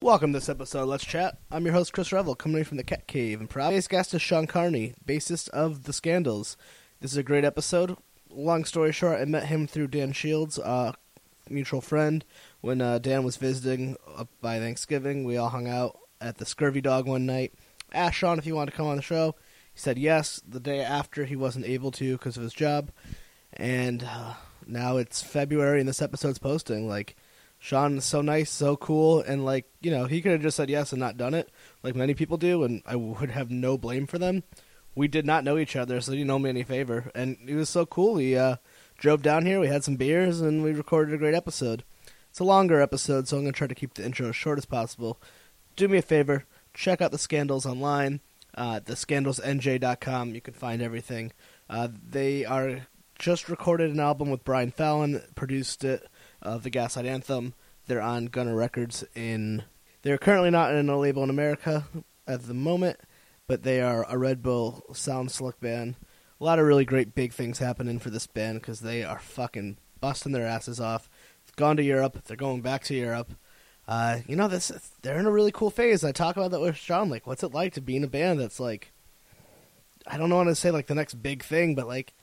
Welcome to this episode of Let's Chat. I'm your host, Chris Revel, coming in from the Cat Cave. And today's guest is Sean Carney, bassist of The Scandals. This is a great episode. Long story short, I met him through Dan Shields, a mutual friend. When uh, Dan was visiting up by Thanksgiving, we all hung out at the Scurvy Dog one night. Asked Sean if he wanted to come on the show. He said yes. The day after, he wasn't able to because of his job. And uh, now it's February, and this episode's posting. Like, Sean is so nice, so cool, and like you know, he could have just said yes and not done it, like many people do, and I would have no blame for them. We did not know each other, so he didn't owe me any favor, and he was so cool. He uh, drove down here, we had some beers, and we recorded a great episode. It's a longer episode, so I'm gonna try to keep the intro as short as possible. Do me a favor, check out the scandals online, uh, thescandalsnj.com. You can find everything. Uh, they are just recorded an album with Brian Fallon, produced it of the Gaslight Anthem. They're on Gunner Records in. They're currently not in a label in America at the moment, but they are a Red Bull Sound Slick band. A lot of really great big things happening for this band because they are fucking busting their asses off. They've gone to Europe. They're going back to Europe. Uh, you know, this they're in a really cool phase. I talk about that with Sean. Like, what's it like to be in a band that's like, I don't want to say like the next big thing, but like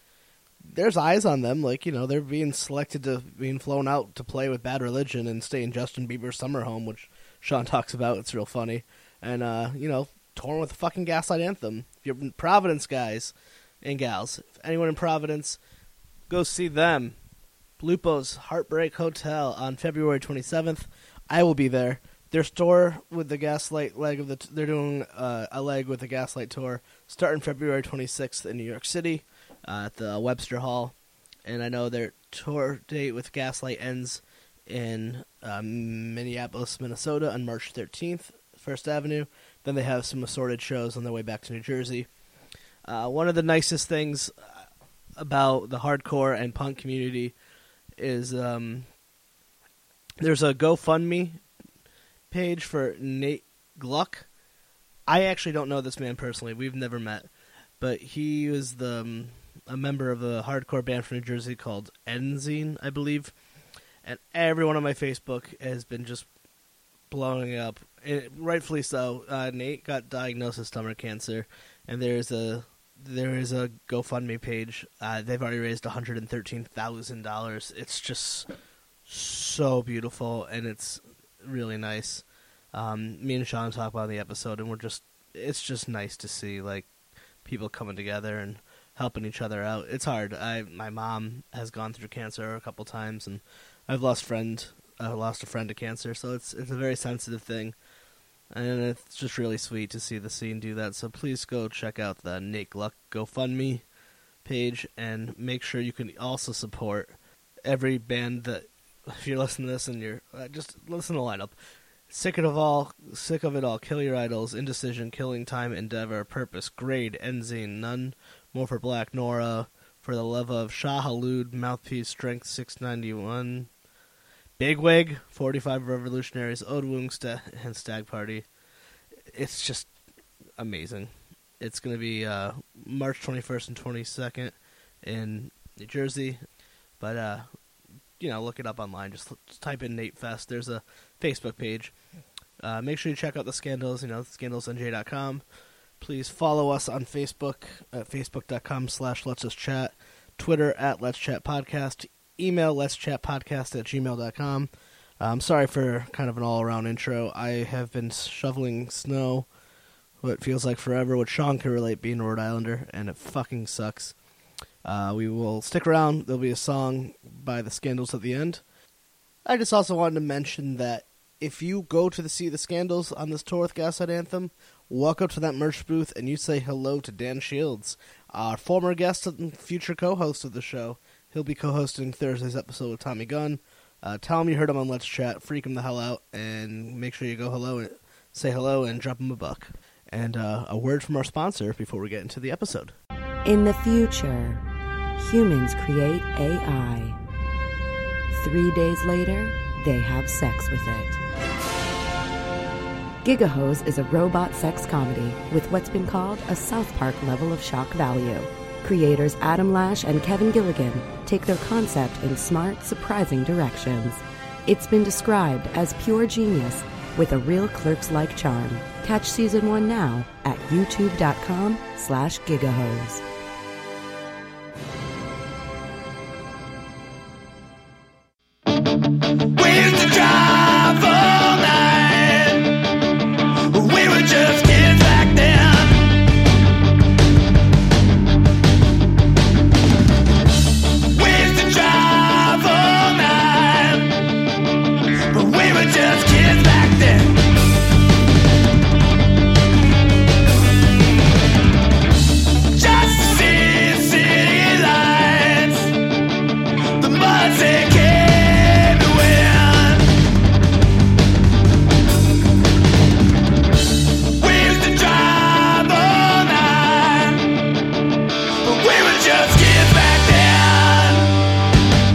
there's eyes on them. Like, you know, they're being selected to being flown out to play with Bad Religion and stay in Justin Bieber's summer home, which Sean talks about. It's real funny. And, uh, you know, torn with the fucking Gaslight Anthem. If you're in Providence, guys and gals, if anyone in Providence, go see them. Lupo's Heartbreak Hotel on February 27th. I will be there. Their store with the Gaslight leg of the t- they're doing uh, a leg with the Gaslight tour starting February 26th in New York City uh, at the Webster Hall, and I know their tour date with Gaslight ends in um, Minneapolis, Minnesota, on March 13th, First Avenue. Then they have some assorted shows on their way back to New Jersey. Uh, one of the nicest things about the hardcore and punk community is um, there's a GoFundMe page for Nate Gluck. I actually don't know this man personally. We've never met, but he was the um, a member of a hardcore band from New Jersey called Enzine, I believe. And everyone on my Facebook has been just blowing up, it, rightfully so. Uh, Nate got diagnosed with stomach cancer, and there is a there is a GoFundMe page. Uh, they've already raised one hundred and thirteen thousand dollars. It's just so beautiful, and it's really nice. Um, me and Sean talk about it in the episode, and we're just it's just nice to see like people coming together and helping each other out. It's hard. I my mom has gone through cancer a couple times, and I've lost friend. I lost a friend to cancer, so it's it's a very sensitive thing, and it's just really sweet to see the scene do that. So please go check out the Nate Gluck GoFundMe page, and make sure you can also support every band that. If you're listening to this and you're uh, just listen to the lineup, Sick of all, sick of it all. Kill your idols. Indecision, killing time, endeavor, purpose, grade, enzine, none more for Black Nora. For the love of Shah Halud, mouthpiece, strength six ninety one, bigwig, forty five revolutionaries, Ode Woong, Sta- and Stag Party. It's just amazing. It's gonna be uh, March twenty first and twenty second in New Jersey, but uh, you know, look it up online. Just, l- just type in Nate Fest. There's a Facebook page. Uh, make sure you check out the scandals. You know, scandalsnj.com. Please follow us on Facebook at facebook.com slash let's just chat. Twitter at let's chat podcast. Email let's chat podcast at gmail.com. I'm sorry for kind of an all around intro. I have been shoveling snow, what feels like forever, which Sean can relate being a Rhode Islander, and it fucking sucks. Uh, we will stick around. There'll be a song by the Scandals at the end. I just also wanted to mention that if you go to the see the Scandals on this tour with Gaslight Anthem, walk up to that merch booth and you say hello to Dan Shields, our former guest and future co-host of the show. He'll be co-hosting Thursday's episode with Tommy Gunn. Uh, tell him you heard him on Let's Chat. Freak him the hell out, and make sure you go hello, and say hello, and drop him a buck. And uh, a word from our sponsor before we get into the episode. In the future, humans create AI. Three days later, they have sex with it. Gigahose is a robot sex comedy with what's been called a South Park level of shock value. Creators Adam Lash and Kevin Gilligan take their concept in smart, surprising directions. It's been described as pure genius with a real clerks-like charm. Catch season one now at youtube.com slash gigahose. With the drive all night. We were just kids back then. With the drive all night. We were just kids back then. Just to see city lights. The months that came to win. We used to drive all night, but we were just kids back then.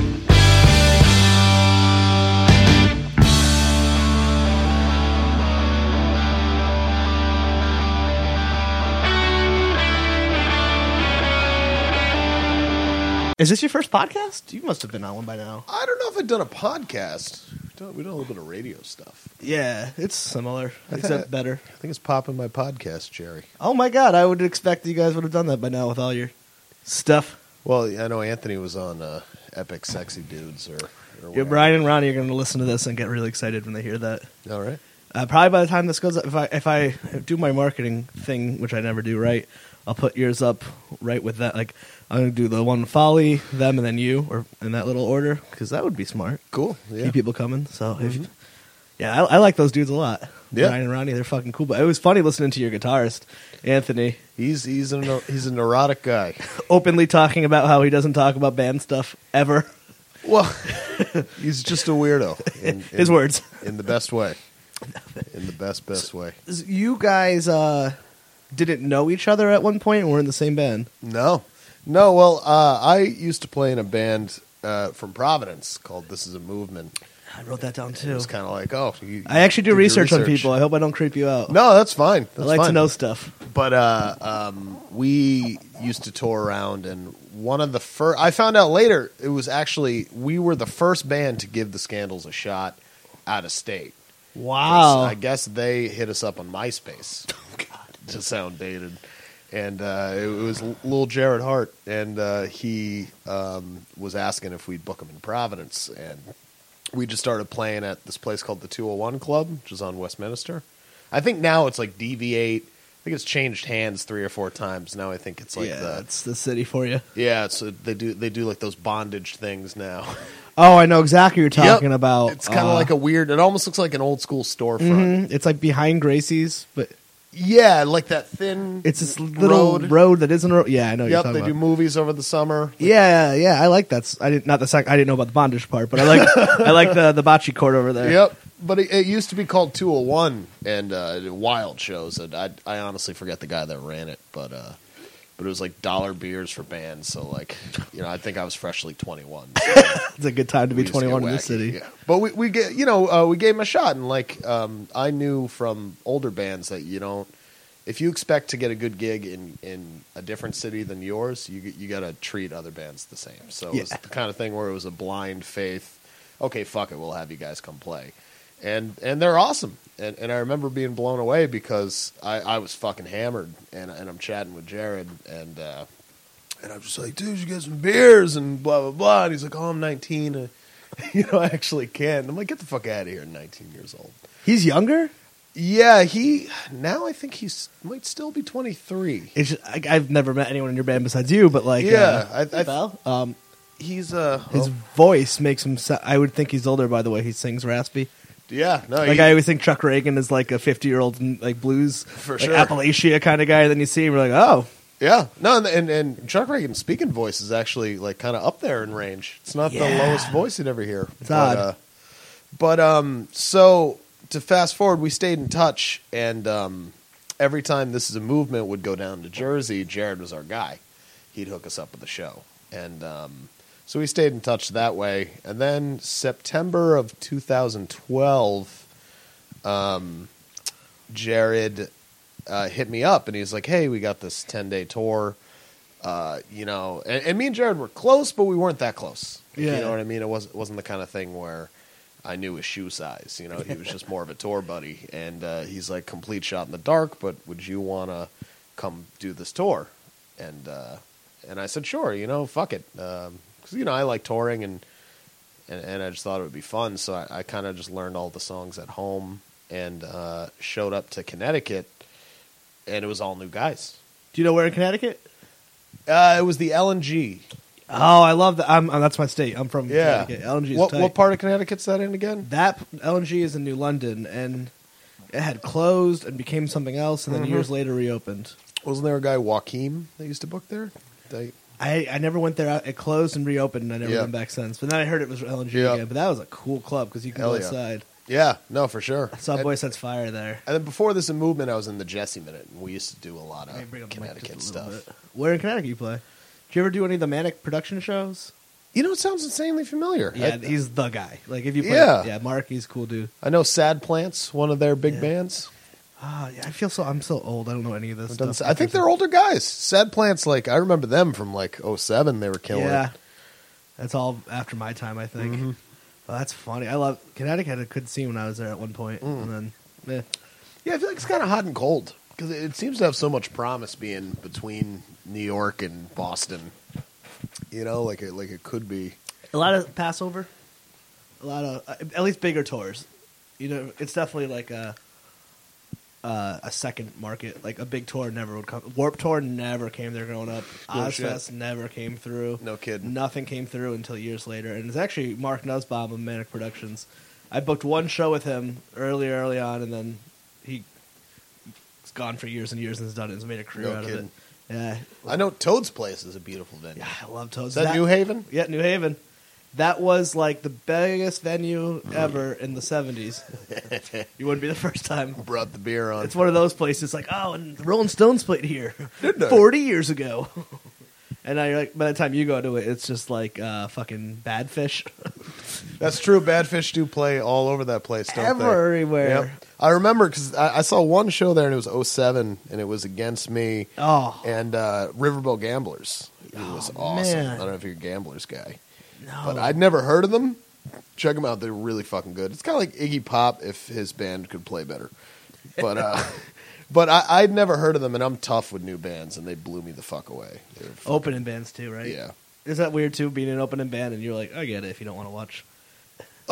Is this your first podcast? You must have been on one by now. I don't know if I've done a podcast. We've done, we've done a little bit of radio stuff. Yeah, it's similar, except better. I think it's popping my podcast, Jerry. Oh my god, I would expect that you guys would have done that by now with all your stuff. Well, I know Anthony was on uh, Epic Sexy Dudes or. or Yeah, whatever. Brian and Ronnie are going to listen to this and get really excited when they hear that. All right. Uh, probably by the time this goes up, if I if I do my marketing thing, which I never do right, I'll put yours up right with that. Like I'm going to do the one folly, them, and then you, or in that little order, because that would be smart. Cool. Yeah. Mm-hmm. Keep people coming. So if yeah, I, I like those dudes a lot. Yeah. Brian and Ronnie, they're fucking cool. But it was funny listening to your guitarist, Anthony. He's he's a he's a neurotic guy. openly talking about how he doesn't talk about band stuff ever. Well, he's just a weirdo. In, in- His words. in the best way. In the best best way. You guys uh, didn't know each other at one point and were in the same band. No, no. Well, uh, I used to play in a band uh, from Providence called This Is a Movement. I wrote that down It too. was kind of like, oh, you, I actually do did your research, on people. I hope I don't creep you out. No, that's fine. That's I like to fine. know stuff. But uh, um, we used to tour around, and one of the first I found out later it was actually we were the first band to give the Scandals a shot out of state. Wow. I guess they hit us up on MySpace Oh, God. to sound dated. And uh, it was little Jared Hart, and uh, he um, was asking if we'd book him in Providence. And we just started playing at this place called the 201 Club, which is on Westminster. I think now it's like Deviate. I think it's changed hands three or four times. Now I think it's like yeah, the. that's the city for you. Yeah, so they do they do like those bondage things now. Oh, I know exactly what you're talking Yep. about. It's kind of Uh, like a weird. It almost looks like an old school storefront. mhm, It's like behind Gracie's, but Yeah, like that thin. it's this little road, that isn't a road. Yeah, I know what you're Mm-hmm. Yep, talking they about. do movies over the summer. Yeah, yeah, I like that. s- I didn't not the sec- I didn't know about the bondage part, but I like I like the the bocce court over there. Yep, but it, it used to be called 201 and uh, Wild Shows, and I, I honestly forget the guy that ran it, but uh, but it was like dollar beers for bands. So like, you know, I think I was freshly 21. It's a good time to be We just get 21 in wacky, this city. yeah. But we we get you know uh, we gave him a shot, and like um, I knew from older bands that you don't. If you expect to get a good gig in, in a different city than yours, you you got to treat other bands the same. So it was Yeah. the kind of thing where it was a blind faith. Okay, fuck it, we'll have you guys come play, and and they're awesome. And and I remember being blown away because I, I was fucking hammered, and and I'm chatting with Jared, and uh, and I'm just like, dude, you get some beers and blah blah blah. And he's like, oh, I'm 19. Uh, you know, I actually can. I'm like, get the fuck out of here. 19 years old. He's younger? Yeah, he now I think he's might still be 23. It's just, I, I've never met anyone in your band besides you, but like Yeah, uh, I- I- Val, um He's uh, his oh, voice makes him so- I would think he's older by the way he sings raspy. yeah, no, Like Oh, he- I always think Chuck Reagan is like a 50-year-old like blues For like sure. Appalachia kind of guy then you see him you're like, "Oh, yeah, no, and and, and Chuck Reagan's speaking voice is actually like kind of up there in range. It's not the Yeah. lowest voice you'd ever hear. It's odd. Uh, but um, so to fast forward, we stayed in touch, and um, every time this is a movement would go down to Jersey, Jared was our guy. He'd hook us up with a show, and um, so we stayed in touch that way. And then September of 2012, um, Jared uh, hit me up, and he's like, "Hey, we got this 10 day tour." Uh, you know, and, and me and Jared were close, but we weren't that close. If Yeah. You know what I mean? It wasn't wasn't the kind of thing where I knew his shoe size. You know, he was just more of a tour buddy, and uh, he's like complete shot in the dark. But would you want to come do this tour? And uh, and I said sure. You know, fuck it, because you know I like touring and, and and I just thought it would be fun. So I, I kind of just learned all the songs at home and uh, showed up to Connecticut, and it was all new guys. Do you know where in Connecticut? Uh, it was the LNG. Oh, I love that. I'm, uh, that's my state. I'm from Yeah, Connecticut. LNG is What tight. what part of Connecticut's that in again? That p- LNG is in New London, and it had closed and became something else, and then Mm-hmm. years later reopened. Wasn't there a guy Joaquim that used to book there? They, I, I never went there. It closed and reopened, and I never Yeah. went back since. But then I heard it was LNG Yeah. again. But that was a cool club because you can Hell go yeah. outside. yeah, no, for sure. Subway And, sets fire there. and then before this in movement, I was in the Jesse Minute, and we used to do a lot Let me bring of up the mic just Connecticut a little stuff. bit. Where in Connecticut you play? Do you ever do any of the Manic production shows? You know, it sounds insanely familiar. Yeah, I, he's the guy. Like if you play, yeah, Yeah. Mark, he's a cool dude. I know Sad Plants, one of their big Yeah. bands. Ah, yeah, I feel so. I'm so old. I don't know any of this. I've done- Stuff. I think they're older guys. Sad Plants, like I remember them from like 07, They were killing. Yeah, it. that's all after my time. I think. Mm-hmm. Well, that's funny. I love Connecticut. had a good scene when I was there at one point, Mm. and then eh. Yeah, I feel like it's kind of hot and cold because it seems to have so much promise being between New York and Boston. You know, like it, like it could be. a lot of Passover, a lot of uh, at least bigger tours. You know, it's definitely like a uh, a second market. Like a big tour never would come. Warp Tour never came there growing up. No shit. Ozfest never came through. No kidding. Nothing came through until years later, and it's actually Mark Nussbaum of Manic Productions. I booked one show with him early, early on, and then he. has gone for years and years and has done it. Has made a career No out kidding. of it. Yeah, I know Toad's Place is a beautiful venue. yeah, I love Toes. Is that, New Haven? Yeah, New Haven. That was like the biggest venue ever in the seventies. you wouldn't be the first time. Brought the beer on. It's one of those places like, oh, and the Rolling Stones played here Didn't they? forty years ago. and I like by the time you go to it, it's just like uh, fucking bad fish. That's true. Badfish do play all over that place, don't they? Everywhere. Yep. I remember because I, I saw one show there and it was 07 and it was against me Oh and uh, Riverboat Gamblers. It was Oh, awesome. man. I don't know if you're a Gamblers guy, no! but I'd never heard of them. Check them out. They're really fucking good. It's kind of like Iggy Pop if his band could play better. But uh, but I, I'd never heard of them and I'm tough with new bands and they blew me the fuck away. They were fuck- opening bands too, right? Yeah. Is that weird too? Being an opening band and you're like, I get it if you don't want to watch.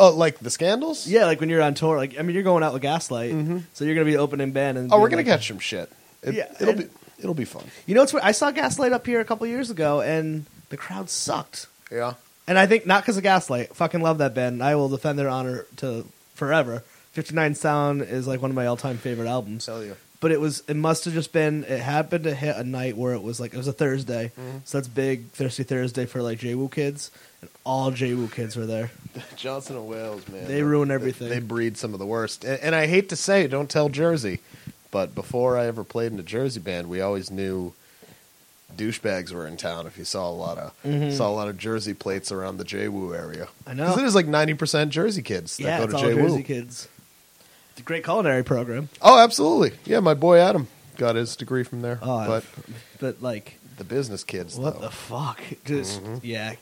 Oh, like the Scandals? Yeah, like when you're on tour, like I mean, you're going out with Gaslight, so you're gonna be opening band. And Mm-hmm. Oh, being we're gonna like- catch some shit. It, Yeah, it'll and- be it'll be fun. You know, it's I saw Gaslight up here a couple years ago, and the crowd sucked. Yeah. And I think not because of Gaslight. Fucking love that band. and I will defend their honor to forever. Fifty Nine Sound is like one of my all time favorite albums. Tell you. But it was it must have just been it happened to hit a night where it was like it was a Thursday, Mm-hmm. so that's big Thirsty Thursday for like J Woo kids, and all J Woo kids were there. Johnson and Wales, man. They ruin everything. They, breed some of the worst. And, and I hate to say, don't tell Jersey, but before I ever played in a Jersey band, we always knew douchebags were in town. If you saw a lot of saw a lot of Jersey plates around the JWoo area, Mm-hmm. I know. 'Cause it is like ninety percent Jersey kids that yeah, go it's to all JWoo. Jersey kids. It's a great culinary program, Oh, absolutely. Yeah, my boy Adam got his degree from there. Oh, I- but but like the business kids, What though. the fuck? Just Mm-hmm. yeah.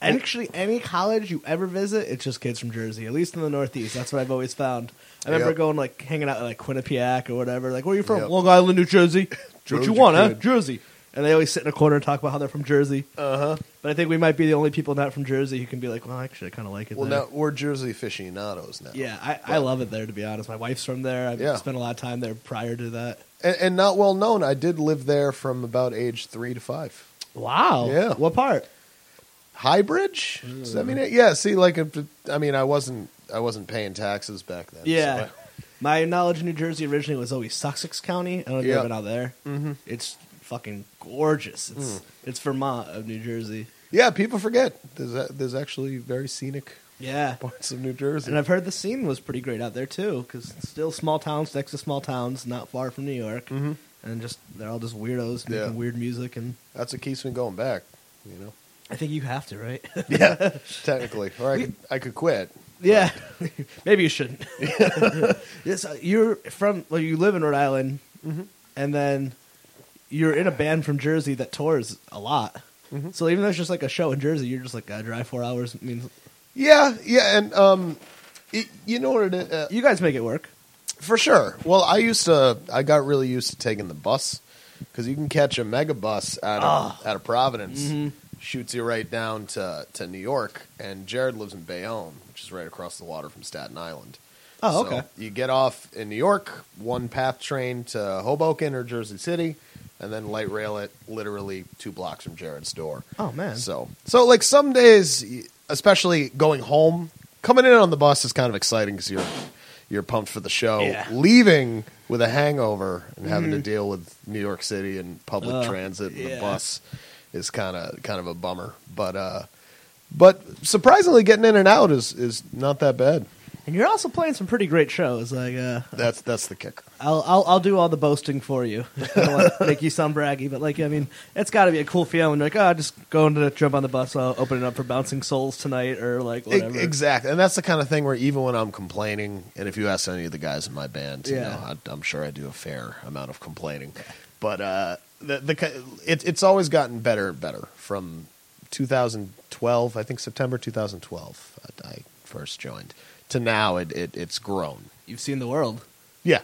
And actually, any college you ever visit, it's just kids from Jersey. At least in the Northeast, that's what I've always found. I remember Yep. going like hanging out at, like Quinnipiac or whatever. Like, where are you from? Yep. Long Island, New Jersey. what Jersey you want, huh? kid. Jersey. And they always sit in a corner and talk about how they're from Jersey. Uh huh. Uh-huh. But I think we might be the only people not from Jersey who can be like, well, actually, I kind of like it. well, there. now we're Jersey aficionados now. Yeah, I, I love it there. To be honest, my wife's from there. I've Yeah. spent a lot of time there prior to that. and, and not well known. I did live there from about age three to five. Wow. Yeah. What part? High Bridge? Does that mean it? Yeah. See, like, if, I mean, I wasn't, I wasn't paying taxes back then. so Yeah. I- My knowledge of New Jersey originally was always Sussex County. I don't know if you've Yeah. ever been out there. Mm-hmm. It's fucking gorgeous. It's it's Vermont of New Jersey. yeah. People forget there's a, there's actually very scenic Yeah. parts of New Jersey. And I've heard the scene was pretty great out there too, because still small towns next to small towns, not far from New York, mm-hmm. and just they're all just weirdos making Yeah. weird music, and That's what keeps me going back. You know. I think you have to, right? Yeah. technically, or I could, I could quit. yeah, maybe you shouldn't. yes, uh, you're from. Well, you live in Rhode Island, and then you're in a band from Jersey that tours a lot. So even though it's just like a show in Jersey, you're just like I drive four hours. Means Yeah. Yeah. And um, It, you know what it is? Uh, You guys make it work. for sure. Well, I used to. I got really used to taking the bus because you can catch a mega bus out Ah. of out of Providence, Mm-hmm. shoots you right down to to New York, and Jared lives in Bayonne, which is right across the water from Staten Island. Oh, So okay. you get off in New York, one path train to Hoboken or Jersey City, and then light rail it literally two blocks from Jared's door. Oh, man. So so like some days, y- especially going home, coming in on the bus is kind of exciting because you're you're pumped for the show. Yeah. Mm-hmm. Leaving with a hangover and having to deal with New York City and public transit and yeah. the bus is kind of kind of a bummer. But uh, but surprisingly, getting in and out is is not that bad. And you're also playing some pretty great shows. Like uh, That's that's the kicker. I'll, I'll I'll do all the boasting for you. I don't want to make you sound braggy, but like I mean, it's got to be a cool feeling. Like, oh, just going to jump on the bus. I'll open it up for Bouncing Souls tonight, or like E- whatever. Exactly, and that's the kind of thing where even when I'm complaining, and if you ask any of the guys in my band, you Yeah. know, I, I'm sure I do a fair amount of complaining, but uh, the the ki- it, it's always gotten better and better from 2012, I think September 2012, uh, I, I first joined, to now it, it it's grown. You've seen the world. Yeah,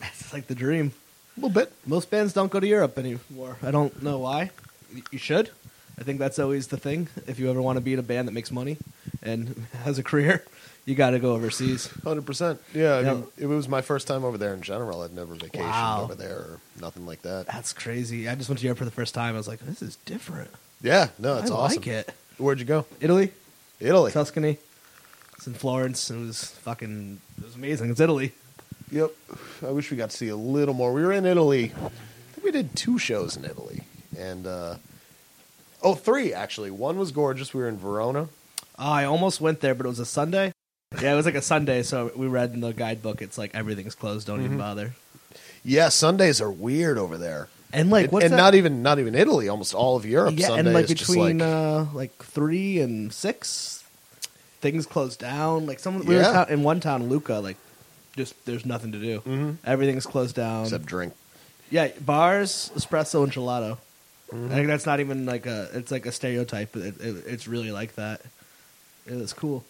It's like the dream. a little bit. Most bands don't go to Europe anymore. I don't know why. Y- You should. I think that's always the thing. If you ever want to be in a band that makes money and has a career, you got to go overseas. Hundred percent. Yeah, I Yeah. mean, it was my first time over there in general. I'd never vacationed Wow. Uh, over there or nothing like that. That's crazy. I just went to Europe for the first time. I was like, this is different. Yeah, no, it's I awesome. like it. Where'd you go? Italy, Italy. Tuscany. It's in Florence. It was fucking. It was amazing. It's Italy. Yep. I wish we got to see a little more. We were in Italy. I think we did two shows in Italy, and uh, oh, three actually. One was gorgeous. We were in Verona. Oh, I almost went there, but it was a Sunday. Yeah, it was like a Sunday. So we read in the guidebook. It's like everything's closed. Don't Mm-hmm. even bother. Yeah, Sundays are weird over there. And like, And- what's and that? not even not even Italy. Almost all of Europe. yeah, Sunday and like is just between like- uh, like three and six, things closed down. Like some we were Yeah. in, town, in one town, Luca. Like just there's nothing to do. Everything's closed down. Mm-hmm. except drink. yeah, bars, espresso, and gelato. Mm-hmm. I think that's not even like a. It's like a stereotype. but It, it, it's really like that. It was cool.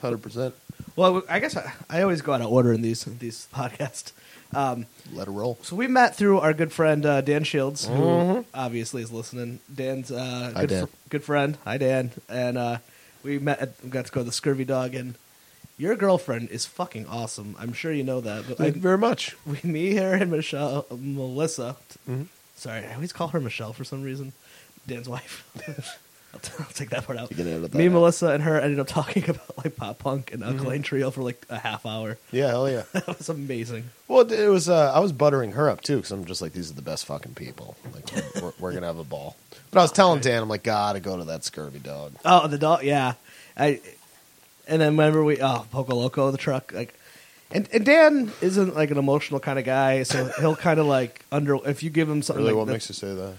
Hundred percent. Well, I guess I, I always go out of order in these these podcasts. Um, Let it roll. so we met through our good friend uh, Dan Shields, who obviously is listening. Dan's uh, good, Mm-hmm. Hi, Dan. good friend. Hi, Dan. And uh, we met. At, we got to go to the Scurvy Dog, and your girlfriend is fucking awesome. I'm sure you know that. But Thank you like, very much. Mm-hmm. we, me, her, and Michelle, uh, Melissa. Sorry, I always call her Michelle for some reason. Dan's wife. I'll, t- I'll take that part out. You can edit that me, out. Mm-hmm. Melissa, and her ended up talking about like pop punk and Alkaline Trio for like a half hour. Yeah, hell yeah. That was amazing. Well, it was. Uh, I was buttering her up too because I'm just like, these are the best fucking people. Like, we're, we're gonna have a ball. But I was telling Dan, I'm like, gotta go to that scurvy dog. Oh, the dog. Yeah, I. And then remember we oh Poco Loco the truck like, and and Dan isn't like an emotional kind of guy, so he'll kind of like under if you give him something. Really, like what that- makes you say that?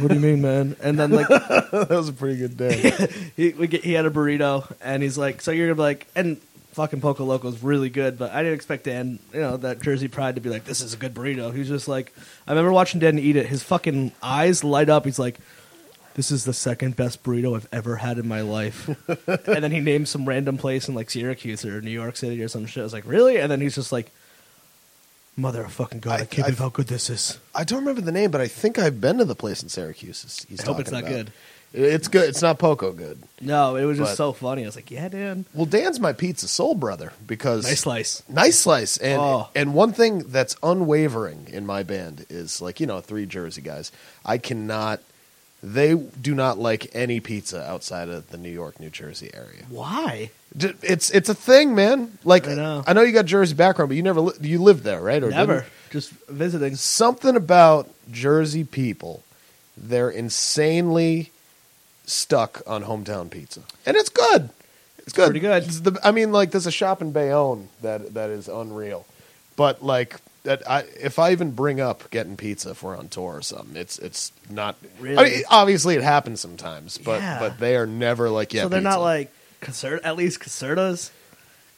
What do you mean, man? And then like that was a pretty good day. he we get, he had a burrito and he's like, so you're gonna be like and. Fucking Poco Loco's really good, but I didn't expect Dan, you know, that Jersey Pride to be like, this is a good burrito. He was just like, I remember watching Dan eat it. His fucking eyes light up. He's like, this is the second best burrito I've ever had in my life. and then he named some random place in like Syracuse or New York City or some shit. I was like, really? And then he's just like, mother of fucking God, I, I- can't I- believe how good this is. I don't remember the name, but I think I've been to the place in Syracuse. He's he's I hope it's talking not about. It- It's good. It's not Poco good. No, it was just But- so funny. I was like, yeah, Dan. Well, Dan's my pizza soul brother because Nice slice. Nice slice. And Oh. and one thing that's unwavering in my band is like, you know, three Jersey guys. I cannot they do not like any pizza outside of the New York, New Jersey area. Why? D- It's it's a thing, man. Like I know. you got Jersey background, but you never li- you lived there, right? Or Never. didn't? Just visiting. something about Jersey people, they're insanely stuck on hometown pizza. And it's good. It's, good. pretty good. It's the- I mean, like, there's a shop in Bayonne that, that is unreal. But, like, that I, if I even bring up getting pizza if we're on tour or something, it's it's not I Really? mean, obviously, it happens sometimes, but Yeah. but they are never like yeah. so they're not pizza. like Caserta, at least Casertas,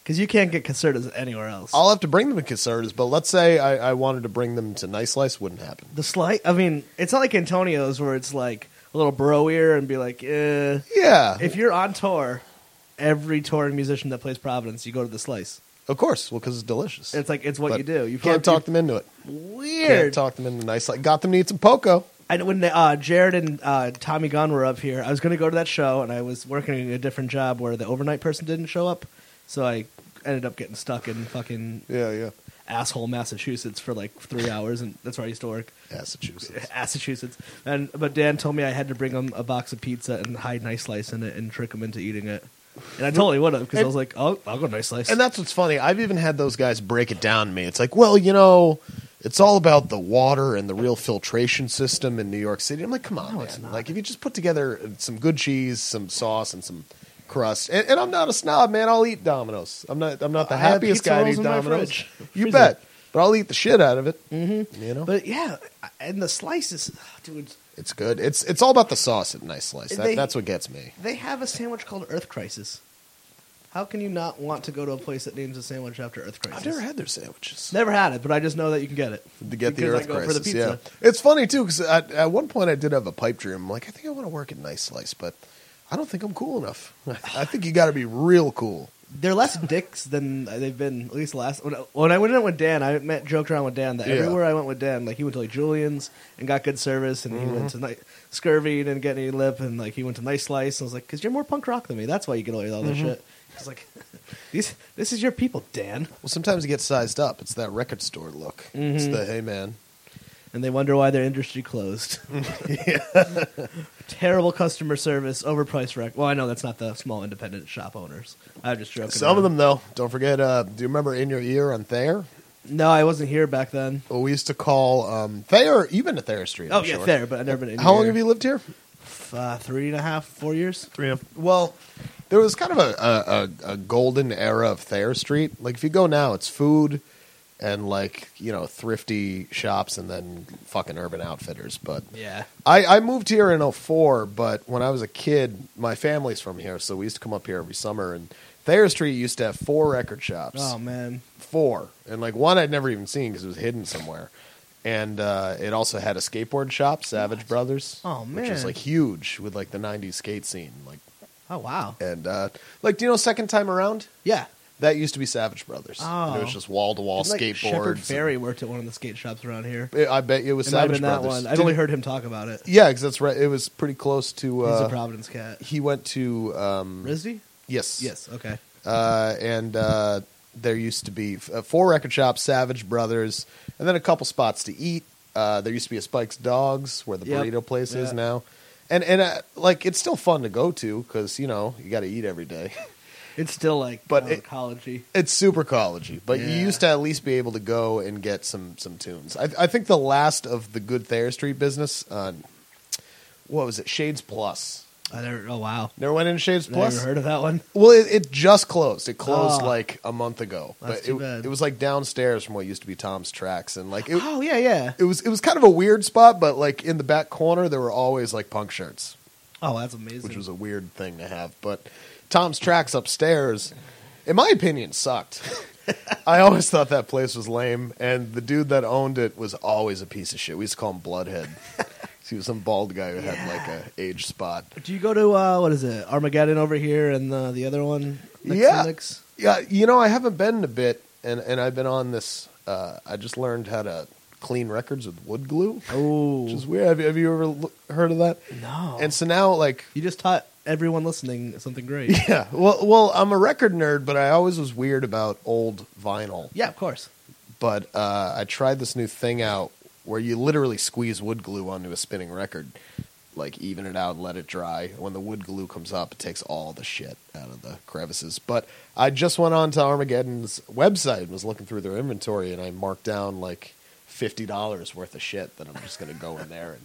because you can't get Casertas anywhere else. I'll have to bring them to Caserta's, but let's say I, I wanted to bring them to Nice Slice, wouldn't happen. the slight, I mean, it's not like Antonio's where it's like a little bro ear and be like, eh. Yeah, if you're on tour every touring musician that plays Providence, you go to the Slice. Of course, well, because it's delicious. It's like it's what But you do. You can't prob- talk them into it. Can't Weird. talk them into nice. Like got them to eat some poco. I know when uh, Jared and uh, Tommy Gunn were up here, I was going to go to that show, and I was working a different job where the overnight person didn't show up, so I ended up getting stuck in fucking Yeah, yeah. asshole Massachusetts for like three hours, and that's where I used to work, Massachusetts. Massachusetts. And but Dan told me I had to bring him a box of pizza and hide nice slice in it and trick him into eating it, and I totally would have because I And- was like, oh, I'll go nice slice. And that's what's funny. I've even had those guys break it down to me. It's like, well, you know, it's all about the water and the real filtration system in New York City. I'm like, come on, man. Like, if you just put together some good cheese, some sauce, and some crust, and, and I'm not a snob, man. I'll eat Domino's. I'm not. I'm not the I have happiest pizza guy to rolls eat in my Domino's. fridge. You Freezer. bet. But I'll eat the shit out of it. Mm-hmm. You know, but yeah, and the slices, dude. it's good. It's it's all about the sauce at Nice Slice. That, They- that's what gets me. They have a sandwich called Earth Crisis. How can you not want to go to a place that names a sandwich after Earth Crisis? I've never had their sandwiches. Never had it, but I just know that you can get it. to get the Because I Earth go Crisis. for the pizza. Yeah, it's funny too because at, at one point I did have a pipe dream. I'm like, I think I want to work at Nice Slice, but I don't think I'm cool enough. I think you got to be real cool. They're less dicks than they've been at least last. When I, when I went in with Dan, I met joked around with Dan that Yeah. everywhere I went with Dan, like he went to like Julian's and got good service, and Mm-hmm. he went to night scurvy and didn't get any lip, and like he went to Nice Slice. And I was like, because you're more punk rock than me, that's why you get away with all Mm-hmm. this shit. It's like, these this is your people, Dan, Well, sometimes you get sized up. It's that record store look. It's Mm-hmm. the hey man. and they wonder why their industry closed. Terrible customer service, overpriced rec. Well, I know that's not the small independent shop owners. I'm just joking. Some of around. them though. Don't forget. Uh, do you remember in your ear on Thayer? No, I wasn't here back then. Well, we used to call um, Thayer. You've been to Thayer Street. Oh I'm yeah, sure. there, but I've never been. In How long here. have you lived here? Uh, three and a half, four years. Three and a, well, there was kind of a, a, a, a golden era of Thayer Street. Like if you go now, it's food and like you know thrifty shops and then fucking Urban Outfitters. But Yeah. I, I moved here in '04, but when I was a kid, my family's from here, so we used to come up here every summer. And Thayer Street used to have four record shops Oh man. four, and like one I'd never even seen because it was hidden somewhere. And uh, it also had a skateboard shop, Savage Brothers, Oh, which is man. like huge with like the '90s skate scene. Like, Oh wow. and uh, like, do you know second time around? Yeah. That used to be Savage Brothers. And it Oh. was just wall to wall It's like Shepherd skateboards. Ferry worked at one of the skate shops around here. and- I bet you it was It might have Savage been that Brothers. one. I've Did- only heard him talk about it. Yeah, because that's right. It was pretty close to. He's a Uh, Providence cat. he went to. Um, Risdy? yes. Yes. Okay. uh, and uh, there used to be uh, four record shops, Savage Brothers, and then a couple spots to eat. Uh, there used to be a Spike's Dogs where the Yep. burrito place is Yeah. now, and and uh, like it's still fun to go to because you know you got to eat every day. It's still like But but it- collegey. it's super collegey, but you Yeah. used to at least be able to go and get some some tunes. I, I think the last of the good Thayer Street business on what was it Shades Plus. I never. Oh wow. Never went into Shades Never Plus. heard of that one. Well, it, it just closed. It closed Ah. like a month ago. That's but too it, bad. it was like downstairs from what used to be Tom's Tracks, and like it, oh yeah, yeah. it was it was kind of a weird spot. But like in the back corner, there were always like punk shirts, Oh, that's amazing. which was a weird thing to have. But Tom's Tracks upstairs, in my opinion, sucked. I always thought that place was lame, and the dude that owned it was always a piece of shit. We used to call him Bloodhead. he was some bald guy who had like a age spot. Do you go to uh, what is it Armageddon over here and uh, the other one? Next Yeah. Next? Yeah, you know, I haven't been in a bit, and, and I've been on this. Uh, I just learned how to clean records with wood glue, Oh which is weird. Have you, have you ever l- heard of that? no! And so now, like, you just taught everyone listening something great. yeah, well, well, I'm a record nerd, but I always was weird about old vinyl. yeah, of course. But uh, I tried this new thing out where you literally squeeze wood glue onto a spinning record, like even it out, let it dry. When the wood glue comes up, it takes all the shit out of the crevices. But I just went on to Armageddon's website and was looking through their inventory, and I marked down like fifty dollars worth of shit that I'm just gonna go in there and.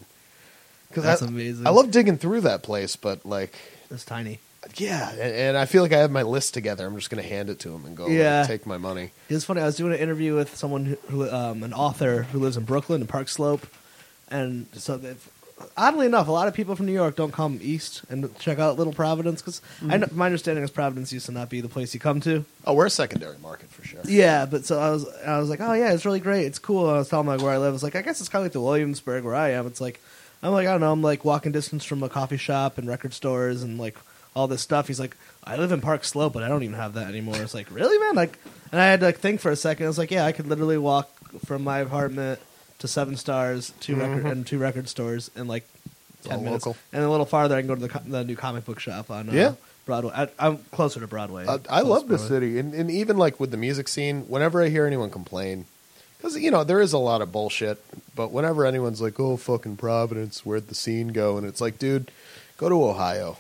Cause That's I- amazing. I love digging through that place, but like It's tiny. yeah, and, and I feel like I have my list together. I'm just going to hand it to him and go Yeah. like, take my money. It was funny. I was doing an interview with someone who- who, um, an author who lives in Brooklyn and Park Slope, and so they've, oddly enough, a lot of people from New York don't come east and check out Little Providence because my understanding is Providence used to not be the place you come to. Oh, we're a secondary market for sure. Yeah, but so I was, I was like, oh yeah, it's really great, it's cool. I was telling them like where I live. I was like, I guess it's kind of like the Williamsburg where I am. It's like, I'm like, I don't know, I'm like walking distance from a coffee shop and record stores and like all this stuff. He's like, I live in Park Slope, but I don't even have that anymore. It's like, really, man? Like, and I had to like, think for a second. I was like, yeah, I could literally walk from my apartment to Seven Stars, 2 record and two record stores in like ten Mm-hmm. all minutes, local. and a little farther, I can go to the, co- the new comic book shop on uh, Yeah. Broadway. I, I'm closer to Broadway. I, I Close love to this Broadway. city, and, and even like with the music scene, whenever I hear anyone complain, because you know there is a lot of bullshit, but whenever anyone's like, "Oh, fucking Providence, where'd the scene go?" and it's like, dude, go to Ohio,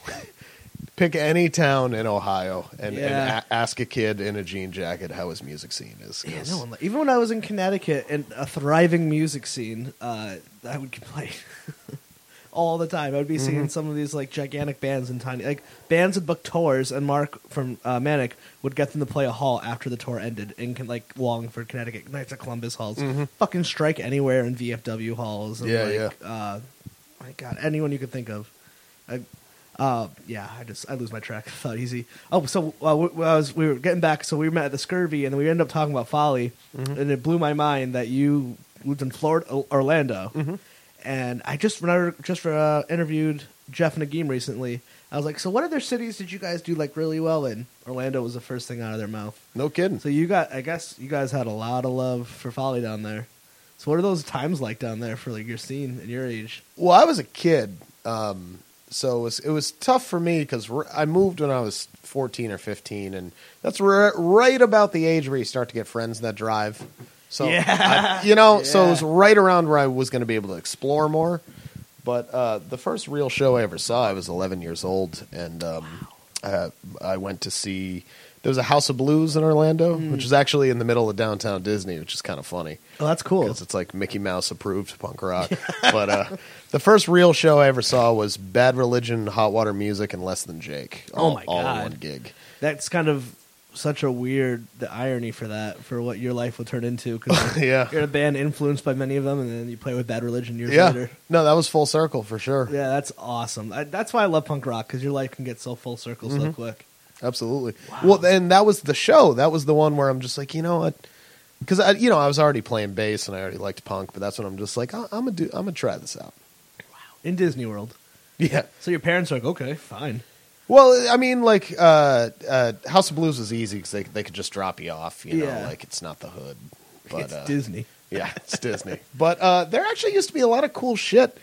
pick any town in Ohio, and, Yeah. and a- ask a kid in a jean jacket how his music scene is. Yeah, 'cause- no one. li- Even when I was in Connecticut and a thriving music scene, uh, I would complain all the time. I would be Mm-hmm. seeing some of these like gigantic bands in tiny, like bands would book tours, and Mark from uh, Manic would get them to play a hall after the tour ended in Con- like Wallingford, Connecticut, Knights of Columbus halls, fucking strike anywhere in VFW halls. And, Mm-hmm. Yeah, like, Uh, my God, anyone you could think of. I, uh, yeah, I just I lose my track of thought easy. Oh, so uh, we, I was we were getting back, so we met at the Scurvy, and then we ended up talking about Folly, and it blew my mind that you lived in Florida, O- Orlando, and I just when I just uh, interviewed Jeff Nagim recently, I was like, so what other cities did you guys do like really well in? Orlando was the first thing out of their mouth. no kidding. So you got, I guess you guys had a lot of love for Folly down there. So what are those times like down there for like your scene and your age? Well, I was a kid, um, so it was, it was tough for me because I moved when I was fourteen or fifteen, and that's ri- right about the age where you start to get friends that drive. So Yeah. I- you know, so it Yeah. was right around where I was going to be able to explore more. But uh, the first real show I ever saw, I was eleven years old, and um, uh, I went to see. There was a House of Blues in Orlando, Mm. which is actually in the middle of downtown Disney, which is kind of funny Oh, that's cool. because it's like Mickey Mouse approved punk rock. but uh, the first real show I ever saw was Bad Religion, Hot Water Music, and Less Than Jake. Oh my all in God. one gig. that's kind of such a weird the irony for that for what your life will turn into because Yeah. you're in a band influenced by many of them and then you play with bad religion years Yeah, later no, that was full circle for sure. yeah that's awesome I, that's why i love punk rock because your life can get so full circle so Mm-hmm. quick Absolutely. Well, and that was the show. That was the one where I'm just like, you know what? Because I, you know, I was already playing bass and I already liked punk, but that's when I'm just like, I- I'm gonna do, I'm gonna try this out. in disney world Yeah. so your parents are like okay fine Well, I mean, like uh, uh, House of Blues was easy because they they could just drop you off. You Yeah. know, like it's not the hood, but it's uh, disney Yeah, it's Disney. But uh, there actually used to be a lot of cool shit.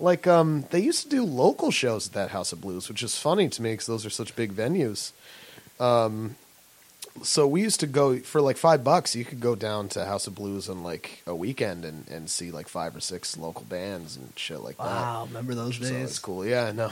Like um, they used to do local shows at that House of Blues, which is funny to me because those are such big venues. Um, so we used to go for like five bucks. You could go down to House of Blues on like a weekend and, and see like five or six local bands and shit like that. wow remember those So days it's cool. Yeah, I know.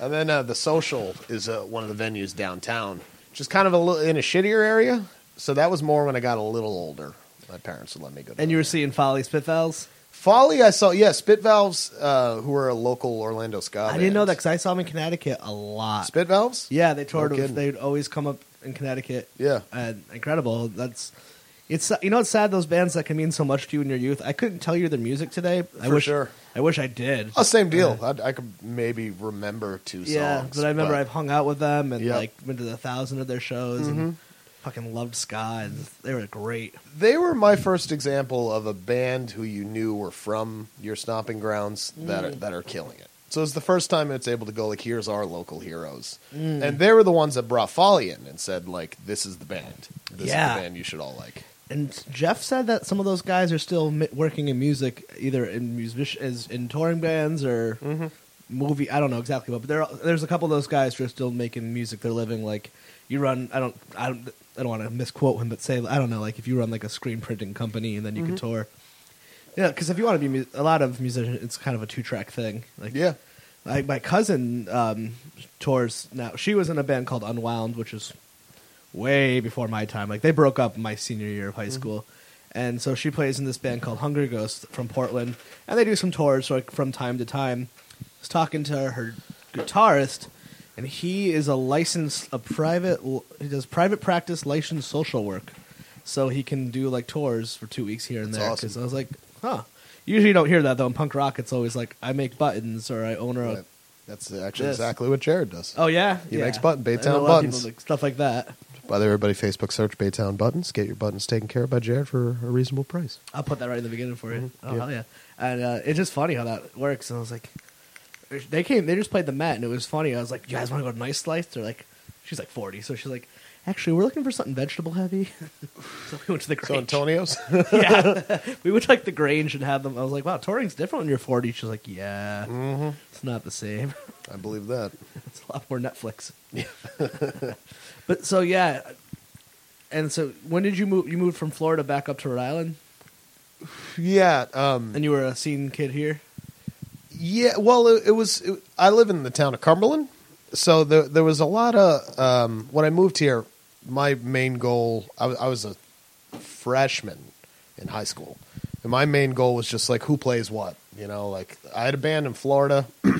And then uh, the social is uh, one of the venues downtown, which is kind of a little in a shittier area. So that was more when I got a little older. My parents would let me go. down and you were there. seeing folly spit valves Folly, I saw. Yeah, Spit Valves, uh, who are a local Orlando ska. i didn't know that because i saw them in connecticut a lot Spit Valves. yeah they toured No with- kidding. they'd always come up in connecticut Yeah. and incredible. That's it's you know it's sad those bands that can mean so much to you in your youth. I couldn't tell you their music today. I For wish sure. I wish I did. Oh, same deal. I, I could maybe remember two yeah, songs. but I remember I've hung out with them and Yeah. like went to the thousand of their shows Mm-hmm. and fucking loved ska and they were great. they were my first example of a band who you knew were from your stomping grounds that Mm. are, that are killing it. So it's the first time it's able to go like, here's our local heroes, Mm. and they were the ones that brought Folly in and said like, this is the band. This is Yeah. the band you should all like. And Jeff said that some of those guys are still mi- working in music, either in music as in touring bands or movie. I don't know exactly what, but there are, there's a couple of those guys who are still making music. They're living like you run. I don't. I don't. I don't want to misquote him, but say I don't know. Like if you run like a screen printing company and then you could tour. Yeah, because if you want to be mu- a lot of musicians, it's kind of a two track thing. Like Yeah, like my cousin um, tours now. She was in a band called Unwound, which is way before my time. Like they broke up my senior year of Mm-hmm. high school, and so she plays in this band called Hunger Ghost from Portland, and they do some tours like from time to time. I was talking to her guitarist, and he is a licensed a private he does private practice licensed social work, so he can do like tours for two weeks here and That's there. awesome. 'cause I was like, huh. Usually you don't hear that though. In punk rock, it's always like I make buttons or I own a. Right. that's actually This. exactly what Jared does. Oh yeah, He yeah. makes button- Baytown I know a lot of buttons. people, like, stuff like that. By the way, everybody, Facebook search Baytown Buttons. Get your buttons taken care of by Jared for a reasonable price. I'll put that right in the beginning for you. Oh Mm-hmm. Yeah. hell yeah! And uh, it's just funny how that works. And I was like, They came. They just played the Met, and it was funny. I was like, "You guys want to go to Nice Slice?" They're like, "She's like 40, so she's like, actually, we're looking for something vegetable heavy." so we went to the So Grange. Antonio's. yeah, we went to like the Grange and had them. I was like, "Wow, touring's different when you're 40." She's like, "Yeah, Mm-hmm. it's not the same. I believe that. it's a lot more Netflix." but so yeah, and so when did you move? You moved from Florida back up to Rhode Island, Mm. Yeah. Um, and you were a scene kid here. Yeah, well, it, it was. It, I live in the town of Cumberland, so there there was a lot of um, when I moved here. My main goal, I, wa- I was a freshman in high school, and my main goal was just like who plays what, you know. Like I had a band in Florida, and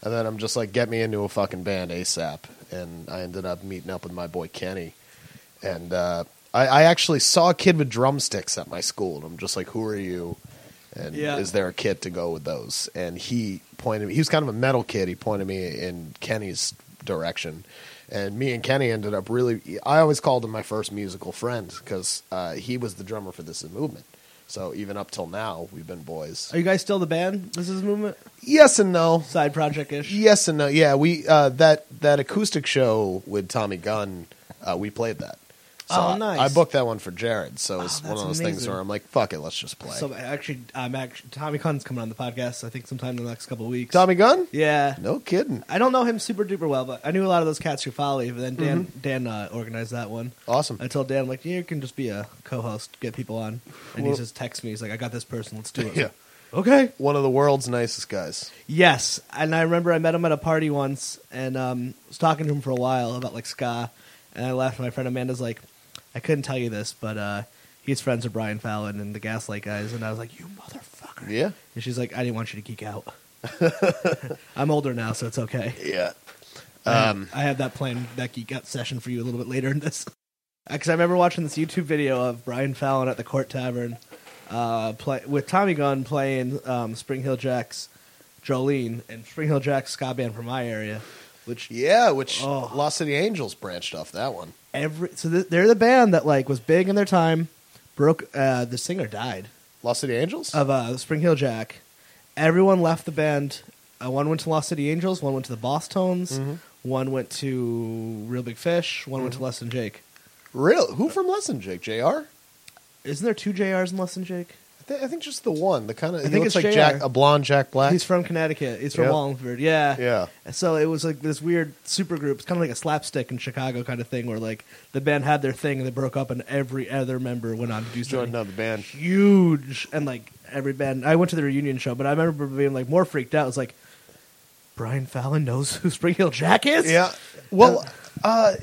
then I'm just like, get me into a fucking band ASAP, and I ended up meeting up with my boy Kenny, and uh, I, I actually saw a kid with drumsticks at my school, and I'm just like, who are you? and Yeah. is there a kit to go with those? And he pointed me. He was kind of a metal kid. He pointed me in Kenny's direction, and me and Kenny ended up really. I always called him my first musical friend because uh, he was the drummer for This Is Movement. So even up till now, we've been boys. Are you guys still the band? This is movement Yes and no. side project ish. Yes and no. Yeah, we uh, that that acoustic show with Tommy Gunn, uh, we played that. So Oh, I- nice. I, booked that one for Jared. So it's Oh, one of that's those things amazing. where I'm like, fuck it, let's just play. So actually, I'm actually Tommy Cunn's coming on the podcast. I think sometime in the next couple weeks. Tommy Gunn? yeah. No kidding. I don't know him super duper well, but I knew a lot of those cats who follow you. But then Dan Dan uh, organized that one. Mm-hmm. Awesome. I told Dan I'm like, you can just be a co-host, get people on, and Well- he just texts me. He's like, I got this person. Let's do it. Yeah. Okay. one of the world's nicest guys. Yes, and I remember I met him at a party once, and um, was talking to him for a while about like ska, and I laughed. And my friend Amanda's like, "I couldn't tell you this, but uh, he's friends with Brian Fallon and the Gaslight guys," and I was like, "You motherfucker!" Yeah. and she's like, "I didn't want you to geek out. I'm older now, so it's okay. Yeah. Um, I have that plan, that geek out session for you a little bit later in this." Because I remember watching this YouTube video of Brian Fallon at the Court Tavern, uh, play, with Tommy Gunn playing um, Spring Hill Jacks, Jolene, and Spring Hill Jacks ska band from my area, which Yeah, which Oh. Lost City Angels branched off that one. every so th- they're the band that like was big in their time, broke. Uh, the singer died Lost City Angels? of uh, Spring Hill Jack. Everyone left the band. Uh, one went to Lost City Angels. One went to the Boss Tones. One went to Real Big Fish. One went to Less Than Jake. Real? Who from Lesson, Jake? JR? I, Isn't there two JRs in Less Than Jake? thi- I think just the one. The kind of. He think looks it's like JR. Jack, a blonde Jack Black. He's from Connecticut. He's from Yeah. Wallingford. Yeah. Yeah. So it was like this weird super group. It's kind of like a slapstick in Chicago kind of thing where like the band had their thing and they broke up and every other member went on to do joined something another band. huge and like every band. I went to the reunion show, but I remember being like more freaked out. It was like Brian Fallon knows who Spring Hill Jack is. Yeah. Well, uh,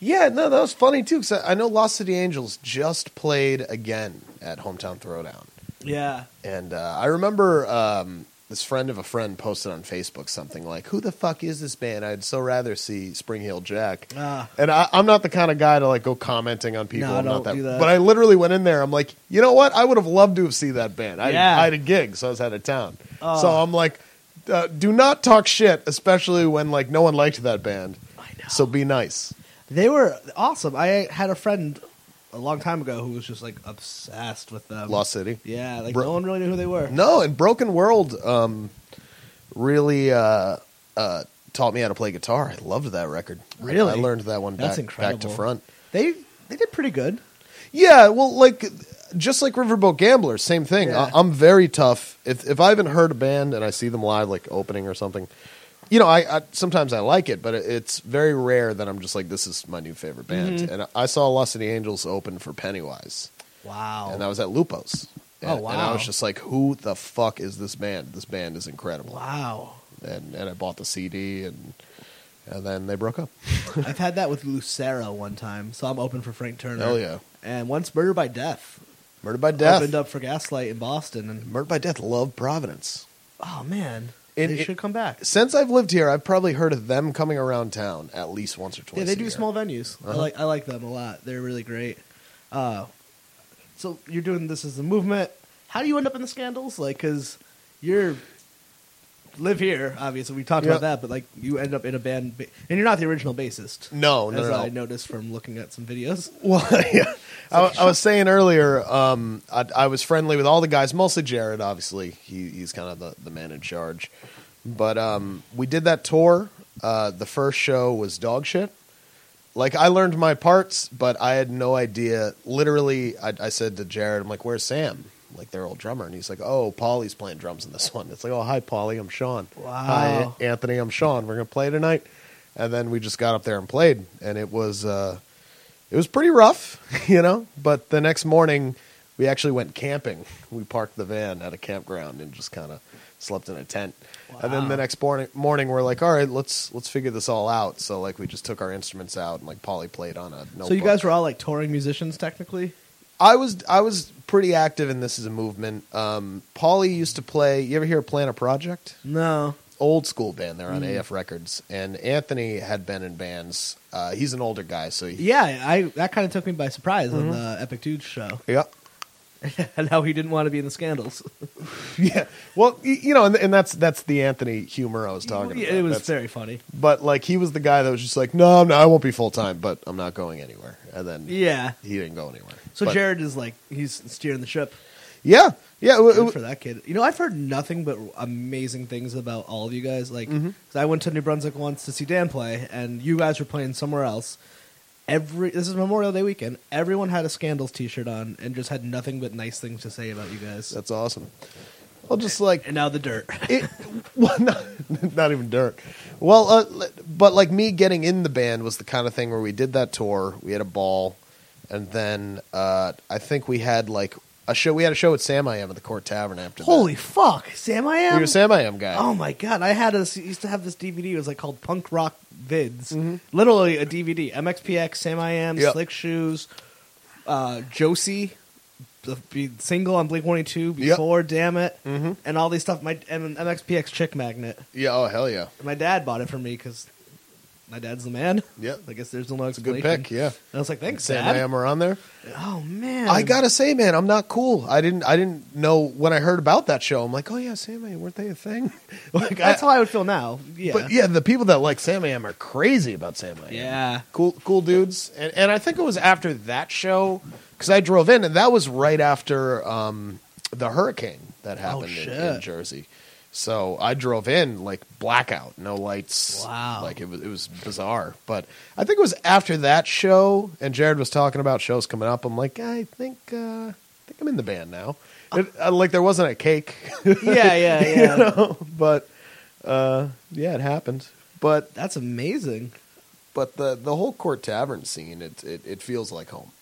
yeah, no, that was funny too, because I, I know Lost City Angels just played again at Hometown Throwdown. Yeah. And uh, I remember um, this friend of a friend posted on Facebook something like, "Who the fuck is this band? I'd so rather see Spring Hill Jack." Ah. And I, I'm not the kind of guy to like go commenting on people. No, I'm not don't do that. But I literally went in there. I'm like, you know what? I would have loved to have seen that band. I, Yeah. I had a gig, so I was out of town. Oh. So I'm like, uh, do not talk shit, especially when like no one liked that band. I know. So be nice. They were awesome. I had a friend a long time ago who was just like obsessed with them. Lost City. Yeah, like Bro- no one really knew who they were. No, and Broken World um, really uh, uh, taught me how to play guitar. I loved that record. I- Really? I, learned that one That's back, incredible. back to front. They they did pretty good. Yeah, well, like just like Riverboat Gamblers, same thing. Yeah. I, I'm very tough. If if I haven't heard a band and I see them live, like opening or something, you know, I, I sometimes I like it, but it, it's very rare that I'm just like, this is my new favorite band. Mm-hmm. And I, I saw Lost City Angels open for Pennywise Wow. and I was at Lupo's. And, Oh, wow. And I was just like, who the fuck is this band? This band is incredible. wow. And and I bought the CD and and then they broke up. I've had that with Lucero one time, so I'm open for Frank Turner. Hell yeah. And once Murder by Death Murdered by Death. opened up for Gaslight in Boston, and Murdered by Death love Providence. oh man, It- they it- should come back. Since I've lived here, I've probably heard of them coming around town at least once or twice. Yeah, they a do year. small venues. I Uh-huh. like I like them a lot. They're really great. Uh, so you're doing this as a movement. How do you end up in the scandals? Like, cause you're live here. Obviously, we talked Yeah. about that, but like you end up in a band, ba- and you're not the original bassist. No, no, as no. I noticed from looking at some videos. Well, yeah. I, I was saying earlier, um, I, I was friendly with all the guys, mostly Jared. Obviously, he, he's kind of the, the man in charge. But um, we did that tour. Uh, the first show was dog shit. Like I learned my parts, but I had no idea. Literally, I, I said to Jared, "I'm like, where's Sam?" Like their old drummer, and he's like, "Oh, Paulie's playing drums in this one." It's like, "Oh, hi, Paulie, I'm Sean. Hi, Wow. Anthony, I'm Sean. We're gonna play tonight." And then we just got up there and played, and it was uh, it was pretty rough, you know. But the next morning, we actually went camping. We parked the van at a campground and just kind of slept in a tent. And then the next morning, morning, we're like, all right, let's let's figure this all out. So like, we just took our instruments out and like Polly played on a notebook. So you guys were all like touring musicians, technically. I was I was pretty active in this as a movement. Um, Polly used to play. You ever hear Plan a Project? No. old school band there on Mm. AF Records, and Anthony had been in bands. Uh, he's an older guy, so he, Yeah, I that kind of took me by surprise on Mm-hmm. the Epic Dudes show. yeah, and how he didn't want to be in the scandals. yeah. Well, y- you know, and, and that's that's the Anthony humor I was talking Yeah, about. it was That's- very funny. but like he was the guy that was just like, no, no, I won't be full time, but I'm not going anywhere. And then Yeah. he didn't go anywhere. So But- Jared is like he's steering the ship. yeah, yeah, it wa- it Good wa- for that kid. You know, I've heard nothing but amazing things about all of you guys. Like, Mm-hmm. 'cause I went to New Brunswick once to see Dan play, and you guys were playing somewhere else. Every this is Memorial Day weekend. Everyone had a Scandals T-shirt on and just had nothing but nice things to say about you guys. that's awesome. Well, just like And now the dirt. it, well, not, not even dirt. Well, uh, l- but like me getting in the band was the kind of thing where we did that tour. We had a ball, and then uh, I think we had like a show. We had a show at Sam I Am at the Court Tavern after. Holy fuck, Sam! I that. am. we were Sam I Am guy. Oh my god! I had a used to have this DVD. It was like called Punk Rock Vids. Literally a DVD. MXPX, Sam I Am, Mm-hmm. Yep. Slick Shoes, uh, Josie, the, the single on Blink One Eighty Two Yep. Mm-hmm. before Damn It, and all these stuff. My and an MXPX Chick Magnet. Yeah. Oh hell yeah. My dad bought it for me because my dad's the man. Yep. I guess there's no It's a good explanation. pick. Yeah. And I was like, thanks, Sam Dad. I Am were on there. Oh man, I gotta say, man, I'm not cool. I didn't. I didn't know when I heard about that show. I'm like, oh yeah, Sam I Am, weren't they a thing? like, That's I, how I would feel now. Yeah. But yeah, the people that like Sam I Am are crazy about Sam I Am. Yeah. cool, cool dudes. And and I think it was after that show because I drove in, and that was right after um, the hurricane that happened in, in Oh, shit. Jersey. So I drove in like blackout, no lights. Wow. like it was it was bizarre. But I think it was after that show, and Jared was talking about shows coming up. I'm like, I think uh, I think I'm in the band now. It, uh, like there wasn't a cake, yeah, yeah, yeah. you know, but uh, yeah, it happened. But That's amazing. but the the whole court tavern scene it it, it feels like home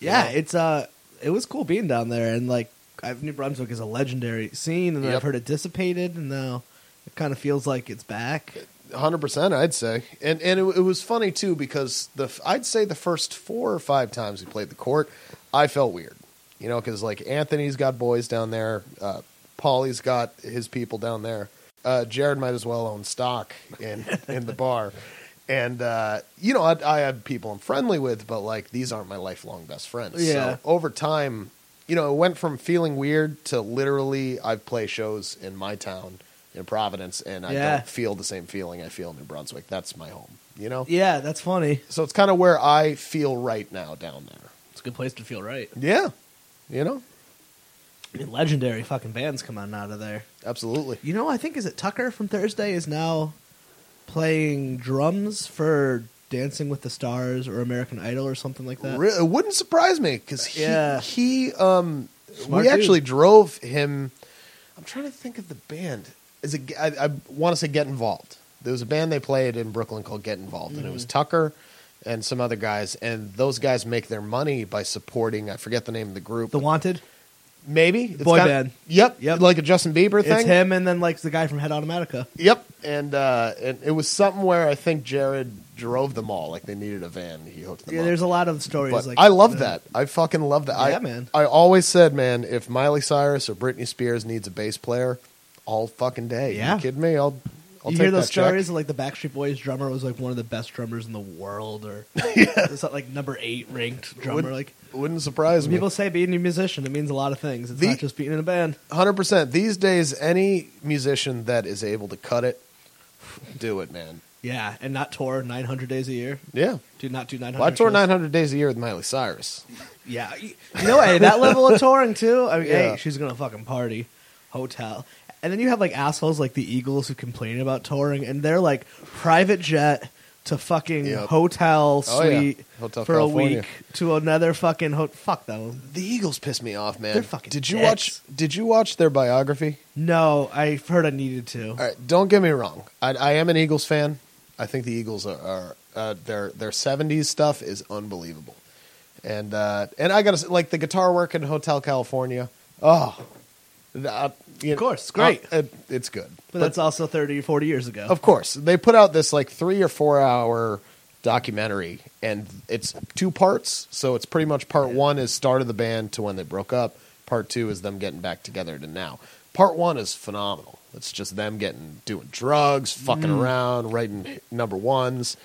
yeah, Yeah. it's uh, it was cool being down there, and like, I've, New Brunswick is a legendary scene, and Yep. I've heard it dissipated, and now it kind of feels like it's back. 100% i'd say and and it, it was funny too because the f- i'd say the first four or five times we played the court i felt weird you know because like anthony's got boys down there uh paulie's got his people down there uh jared might as well own stock in in the bar and uh you know I, I had people i'm friendly with but like these aren't my lifelong best friends Yeah. so over time you know, it went from feeling weird to literally I play shows in my town in Providence and I Yeah. don't feel the same feeling I feel in New Brunswick. That's my home, you know? Yeah, that's funny. So it's kind of where I feel right now down there. It's a good place to feel right. Yeah. You know? I mean, legendary fucking bands come on out of there. Absolutely. You know, I think is it Tucker from Thursday is now playing drums for Dancing with the Stars or American Idol or something like that. Re- it wouldn't surprise me cuz he Yeah. he um Smart we dude. actually drove him I'm trying to think of the band. Is it I, I want to say Get Involved. There was a band they played in Brooklyn called Get Involved, and it Mm-hmm. was Tucker and some other guys. And those guys make their money by supporting. I forget the name of the group. The Wanted. maybe it's boy kinda- band. Yep. Yep, yep. Like a Justin Bieber thing. It's him, and then like the guy from Head Automatica. Yep. And uh, and it was something where I think Jared drove them all. Like they needed a van. He hooked them Yeah, up. there's a lot of stories. But like I uh, love that. I fucking love that. Yeah, I, man. I always said, man, if Miley Cyrus or Britney Spears needs a bass player, all fucking day. Yeah. You kidding me? I'll. I'll you take hear those that check. stories of like the Backstreet Boys drummer was like one of the best drummers in the world, or it's not, like number eight ranked drummer. Wouldn't- like Wouldn't surprise when me. people say, being a musician, it means a lot of things. It's The- not just being in a band. Hundred percent. These days, any musician that is able to cut it, do it, man. Yeah, and not tour 900 days a year. Yeah. Do not do 900. Well, I toured shows. 900 days a year with Miley Cyrus. Yeah, you know, hey, that level of touring too. I mean, Yeah. hey, she's gonna fucking party, hotel. And then you have like assholes like the Eagles who complain about touring, and they're like private jet to fucking Yep. hotel Oh, yeah. suite Hotel for California. a week to another fucking ho- fuck though. The Eagles piss me off, man. They're fucking Did you dicks. watch? Did you watch their biography? No, I heard I needed to. All right, don't get me wrong. I, I am an Eagles fan. I think the Eagles are, are uh, their their '70s stuff is unbelievable, and uh, and I gotta say, like the guitar work in Hotel California. Oh, the- uh, you Of course, it's great. uh, it- it's good. But that's also 30, 40 years ago. Of course, they put out this like three or four hour documentary, and it's two parts. So it's pretty much part one is start of the band to when they broke up. Part two is them getting back together to now. Part one is phenomenal. It's just them getting doing drugs, fucking around, writing hit- number ones,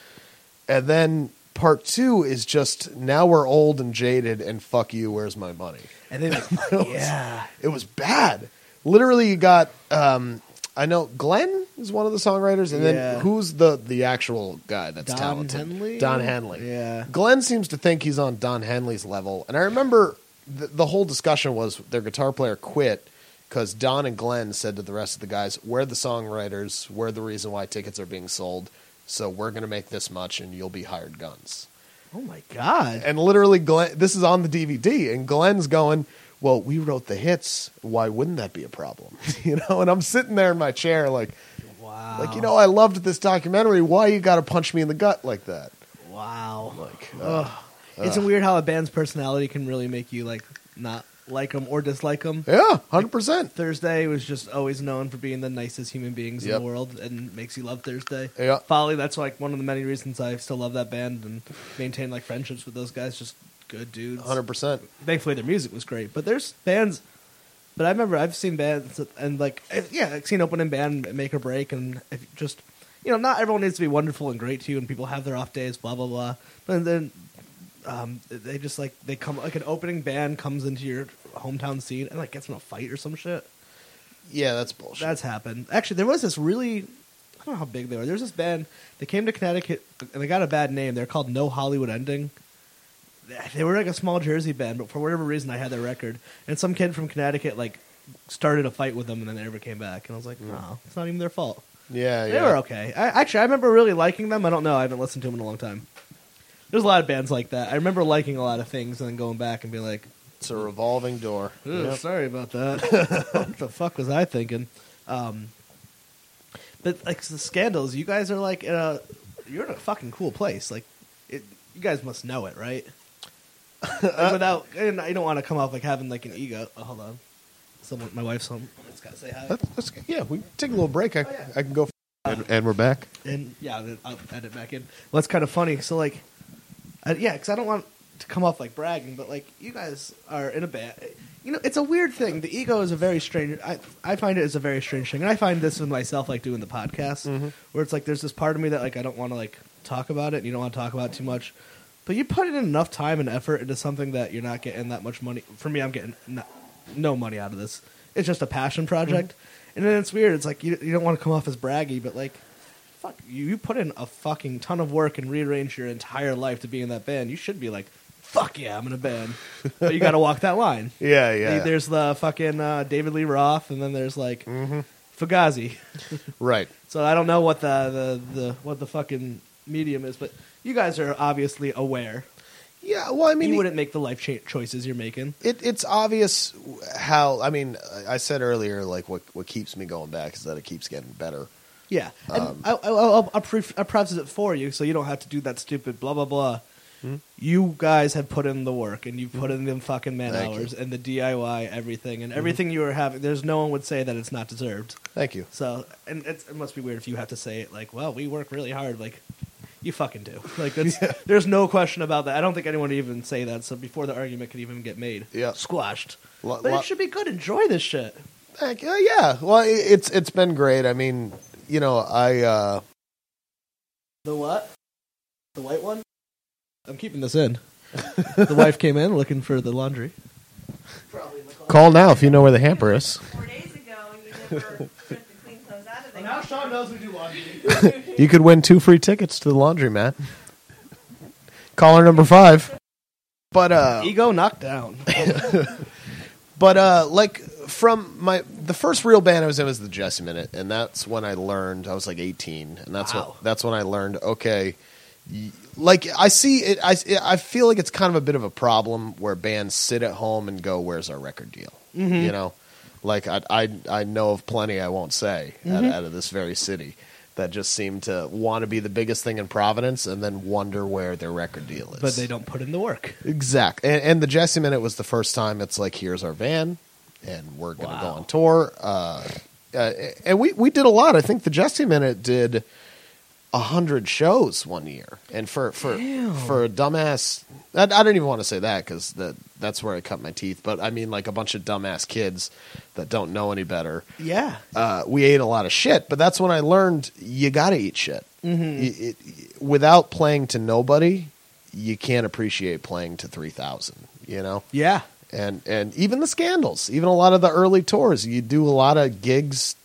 and then part two is just now we're old and jaded, and fuck you. Where's my money? And they like, yeah. It was bad. Literally, you got. Um, I know Glenn is one of the songwriters, and Yeah. then who's the the actual guy that's Don talented? Henley? Don Henley. Yeah. Glenn seems to think he's on Don Henley's level, and I remember the, the whole discussion was their guitar player quit because Don and Glenn said to the rest of the guys, "We're the songwriters. We're the reason why tickets are being sold. So we're going to make this much, and you'll be hired guns." Oh my God. and literally Glenn, this is on the DVD, and Glenn's going, "Well, we wrote the hits. Why wouldn't that be a problem?" you know, and I'm sitting there in my chair, like, Wow. like you know, I loved this documentary. Why you got to punch me in the gut like that? Wow. Like, uh, Ugh. It's weird how a band's personality can really make you like not like them or dislike them. yeah, hundred percent. Thursday was just always known for being the nicest human beings Yep. in the world and makes you love Thursday. Yeah. Folly, that's like one of the many reasons I still love that band and maintain like friendships with those guys. Just good dudes. Hundred percent. thankfully their music was great. But there's bands, but I remember I've seen bands and like if- yeah, I've seen opening band make or break, and if you just you know not everyone needs to be wonderful and great to you, and people have their off days, blah blah blah. But then um, they just like they come like an opening band comes into your hometown scene and like gets in a fight or some shit. Yeah, that's bullshit. That's happened. Actually, there was this really. I don't know how big they were. There's this band. They came to Connecticut and they got a bad name. They're called No Hollywood Ending. They were like a small Jersey band, but for whatever reason, I had their record. And some kid from Connecticut like started a fight with them, and then they never came back. And I was like, no, it's not even their fault. yeah, Uh, yeah. They were okay. I, actually, I remember really liking them. I don't know. I haven't listened to them in a long time. There's a lot of bands like that. I remember liking a lot of things and then going back and being like, It's a revolving door. Ugh, Yep. Sorry about that. what the fuck was I thinking? Um, but like the scandals, you guys are like in a you're in a fucking cool place. Like, it, you guys must know it, right? Uh, Like, without, and I don't want to come off like having like an ego. Oh, hold on, someone, my wife's home. I just gotta say hi. That's, that's, yeah, we take a little break. I, Oh, yeah. I can go. F- and, and we're back. and yeah, then I'll edit back in. Well, that's kind of funny. So like, I, yeah, because I don't want to come off like bragging, but like you guys are in a band. You know, it's a weird thing. The ego is a very strange. I I find it is a very strange thing, and I find this with myself, like doing the podcast, where it's like there's this part of me that like I don't want to like talk about it, and you don't want to talk about it too much. But you put in enough time and effort into something that you're not getting that much money. For me, I'm getting no, no money out of this. It's just a passion project, and then it's weird. It's like you you don't want to come off as braggy, but like fuck you, you put in a fucking ton of work and rearrange your entire life to be in that band. You should be like, fuck yeah, I'm in a band. but you got to walk that line. Yeah, yeah. There's the fucking uh, David Lee Roth, and then there's like Mm-hmm. Fugazi. Right. So I don't know what the, the, the what the fucking medium is, but you guys are obviously aware. Yeah. Well, I mean, you wouldn't make the life cha- choices you're making. it, it's obvious how I mean I I said earlier like what what keeps me going back is that it keeps getting better. Yeah, and Um, I, I, I'll, I'll, pref- I'll preface it for you, so you don't have to do that stupid blah blah blah. You guys have put in the work, and you put in them fucking man Thank hours, and the DIY, everything, and everything you were having. There's no one would say that it's not deserved. Thank you. So, and it's, it must be weird if you have to say it like, "Well, we work really hard." Like, you fucking do. Like, that's, there's no question about that. I don't think anyone would even say that. So before the argument could even get made, Yeah. squashed. Lo- but lo- it should be good. Enjoy this shit. Thank you. Yeah. Well, i it's it's been great. I mean, you know, I uh The what? The white one? I'm keeping this in. the wife came in looking for the laundry. call now if you know where the hamper is. four days ago and you never took the clean clothes out of there. Sean knows we do laundry. You could win two free tickets to the laundromat. Caller number 5. But uh Ego knocked down. but uh like from my the first real band I was in was the Jesse Minute, and that's when I learned I was like 18, and that's Wow. what that's when I learned okay, y- like I see it, I I feel like it's kind of a bit of a problem where bands sit at home and go, "Where's our record deal?" You know, like I I I know of plenty I won't say out, out of this very city that just seem to want to be the biggest thing in Providence and then wonder where their record deal is. but they don't put in the work. Exactly. And, and the Jesse Minute was the first time it's like, here's our van, and we're going to go Wow. on tour. Uh, uh, and we, we did a lot. I think the Jesse Minute did a hundred shows one year, and for for for a dumbass, I, I don't even want to say that because that that's where I cut my teeth. But I mean, like a bunch of dumbass kids that don't know any better Yeah. uh, we ate a lot of shit, but that's when I learned you got to eat shit. Mm-hmm. Y- it- y- without playing to nobody, you can't appreciate playing to 3,000, you know? Yeah. And, and even the scandals, even a lot of the early tours, you do a lot of gigs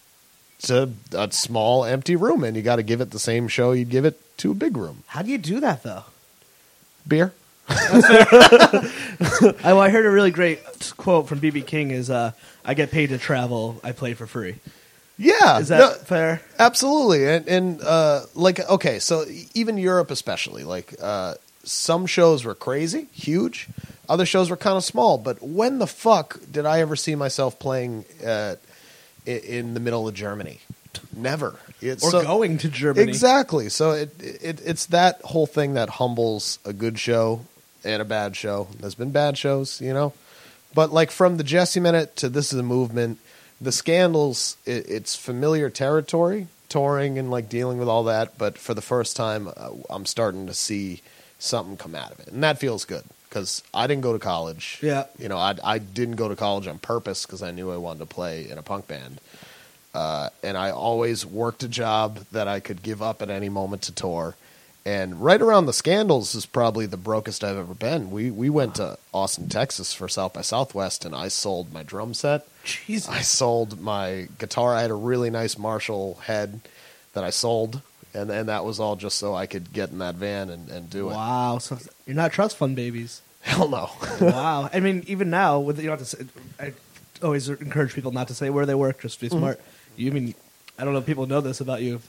to a small empty room and you got to give it the same show you'd give it to a big room. How do you do that though? Beer? I, well, I heard a really great quote from BB King is uh, I get paid to travel, I play for free. Yeah. Is that no- fair? Absolutely, and and uh, like okay, so even Europe, especially like uh, some shows were crazy, huge. Other shows were kind of small. But when the fuck did I ever see myself playing uh, i- in the middle of Germany? Never. It's Or so- going to Germany. Exactly. So it, it it's that whole thing that humbles a good show and a bad show. There's been bad shows, you know, but like from the Jesse Minute to this is a movement, the scandals. It, it's familiar territory, touring and like dealing with all that. But for the first time, uh, I'm starting to see something come out of it, and that feels good because I didn't go to college. Yeah. you know, I I didn't go to college on purpose because I knew I wanted to play in a punk band uh, and I always worked a job that I could give up at any moment to tour. And right around the scandals is probably the brokest I've ever been. We we went to Austin, Texas for South by Southwest, and I sold my drum set. Jesus. I sold my guitar. I had a really nice Marshall head that I sold, and and that was all just so I could get in that van and, and do it. Wow. So you're not trust fund babies. Hell no. wow. I mean, even now, with you don't have to. Say, I always encourage people not to say where they work. Just Mm-hmm. be smart. You mean I don't know. if People know this about you.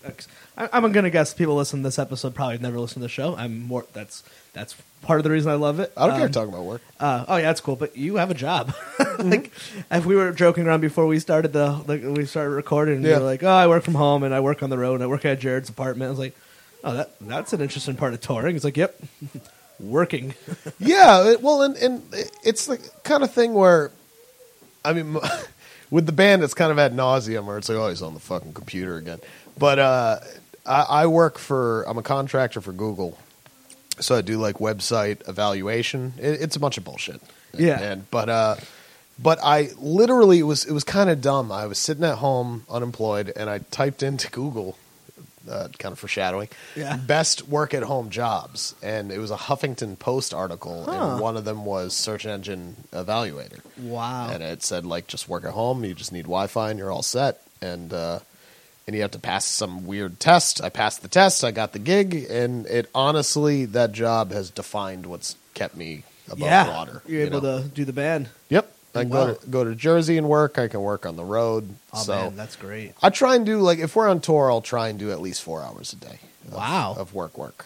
I, I'm gonna guess people listen to this episode probably never listen to the show. I'm more. That's that's part of the reason I love it. I don't care Mm-hmm. Um, talking about work. Uh, oh yeah, that's cool. But you have a job. like, if we were joking around before we started the like, we started recording, we Yeah. were like, "Oh, I work from home and I work on the road and I work at Jared's apartment." I was like, "Oh, that that's an interesting part of touring." It's like, "Yep, working." yeah it- well and, and it's the kind of thing where i mean with the band it's kind of ad nauseum where it's like oh he's on the fucking computer again but uh, I, I work for i'm a contractor for google so i do like website evaluation it, it's a bunch of bullshit Yeah. and but uh but I literally it was it was kind of dumb. I was sitting at home unemployed, and I typed into Google, uh, kind of foreshadowing, Yeah. best work at home jobs, and it was a Huffington Post article, and one of them was search engine evaluator, Wow. and it said like just work at home, you just need Wi Fi, and you're all set, and uh, and you have to pass some weird test. I passed the test, I got the gig, and it honestly that job has defined what's kept me above water. You're you able know? to do the band. Yep. I can Wow. go, to, go to Jersey and work. I can work on the road. Oh so man, that's great. I try and do like if we're on tour, I'll try and do at least four hours a day. of- Wow. of work, work.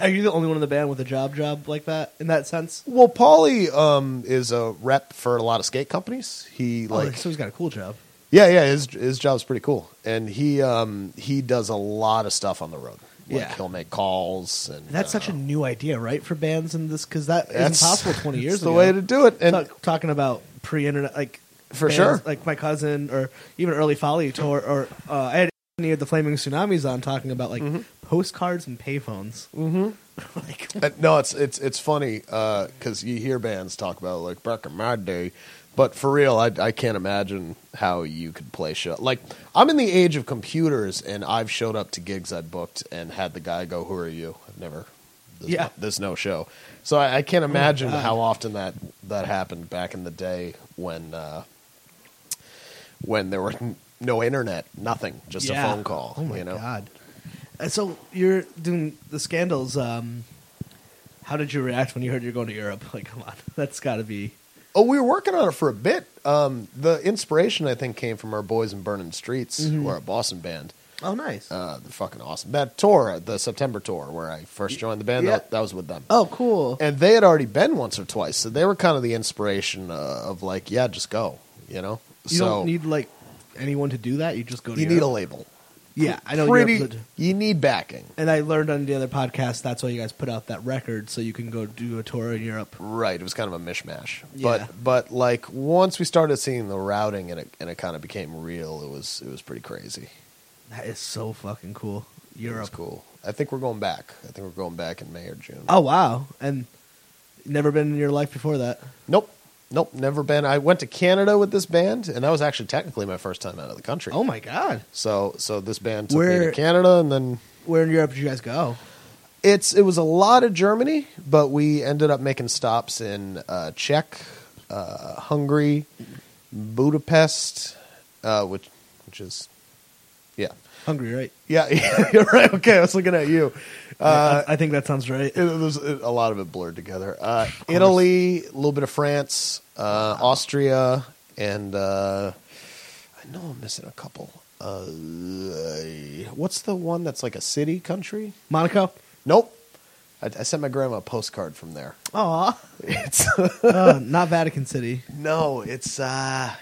Are you the only one in the band with a job job like that in that sense? Well, Paulie um, is a rep for a lot of skate companies. He Like, like Oh, so he's got a cool job. Yeah, yeah, his his job's pretty cool, and he um he does a lot of stuff on the road. Like Yeah. he'll make calls, and That's such a uh, new idea, right, for bands in this because that that's- is impossible twenty years it's ago. The way to do it, and Talk- talking about pre-internet, like For sure. like my cousin or even early Folly tour, or uh, I had any of the Flaming Tsunamis on talking about like Mm-hmm. postcards and payphones. Mm-hmm. like Uh, no, it's it's it's funny because you hear bands talk about like back in my day, but for real, I I can't imagine how you could play show. Like I'm in the age of computers, and I've showed up to gigs I booked and had the guy go, "Who are you?" I've never. There's Yeah. Oh no, there's no show, so I, I can't imagine how often that that happened back in the day when uh, when there were no internet, nothing, just Yeah. a phone call. Oh my you know? god! And so you're doing the scandals. Um, how did you react when you heard you're going to Europe? Like, come on, that's got to be Oh, we were working on it for a bit. Um, the inspiration, I think, came from our boys in Burning Streets, Mm-hmm. who are a Boston band. Oh, nice. Uh, they're fucking awesome. That tour, the September tour, where I first joined the band, Yeah. that, that was with them. oh, cool. And they had already been once or twice, so they were kind of the inspiration uh, of like, yeah, just go, you know. you so don't need like anyone to do that. You just go. to you need a Europe. label. Yeah, I know. Pretty, Europe- you need backing. and I learned on the other podcast that's why you guys put out that record so you can go do a tour in Europe. Right, it was kind of a mishmash. Yeah. But but like once we started seeing the routing and it and it kind of became real, it was it was pretty crazy. That is so fucking cool. It was Europe. cool. I think we're going back. I think we're going back in May or June. Oh wow! And never been in your life before that. Nope. Nope, never been. I went to Canada with this band, and that was actually technically my first time out of the country. Oh my god! So, so this band took me Where- to Canada, and then Where in Europe did you guys go? it's it was a lot of Germany, but we ended up making stops in uh, Czech, uh, Hungary, Budapest, uh, which which is yeah Hungry, right? yeah, yeah you're right okay I was looking at you. Uh, I think that sounds right. Uh, it, it was it, a lot of it blurred together. Uh, Italy, a little bit of France, uh, Austria, and uh, I know I'm missing a couple. Uh, what's the one that's like a city country? Monaco. Nope. I, I sent my grandma a postcard from there. Aw. It's Uh, not Vatican City. no, it's uh,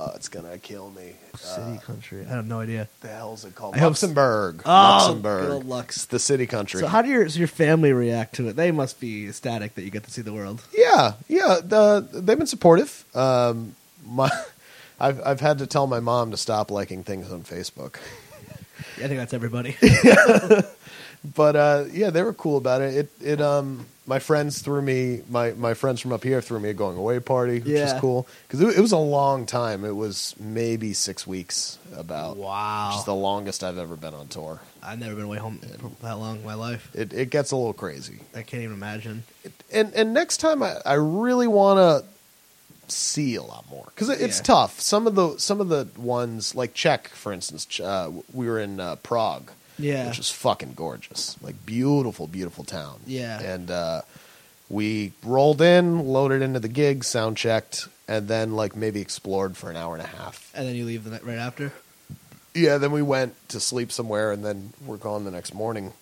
oh, it's gonna kill me. City country. I have no idea. The hell's it called? I hope- Luxembourg. Oh, Luxembourg. good Lux. It's the city country. So how do your so your family react to it? They must be ecstatic that you get to see the world. yeah, yeah. The, they've been supportive. Um, my, I've I've had to tell my mom to stop liking things on Facebook. I think that's everybody. but uh, yeah, they were cool about it. It it um my friends threw me my my friends from up here threw me a going away party, which Yeah. was cool because it, it was a long time. It was maybe six weeks about. wow. Which is the longest I've ever been on tour. I've never been away home for that long in my life. It it gets a little crazy. I can't even imagine. And and next time I, I really want to see a lot more because it, it's Yeah. tough. Some of the some of the ones like Czech, for instance, Ch- uh, we were in uh, Prague, Yeah. which is fucking gorgeous, like beautiful, beautiful town. Yeah. and uh, we rolled in, loaded into the gig, sound checked, and then like maybe explored for an hour and a half. And then you leave the night right after. Yeah, then we went to sleep somewhere, and then we're gone the next morning.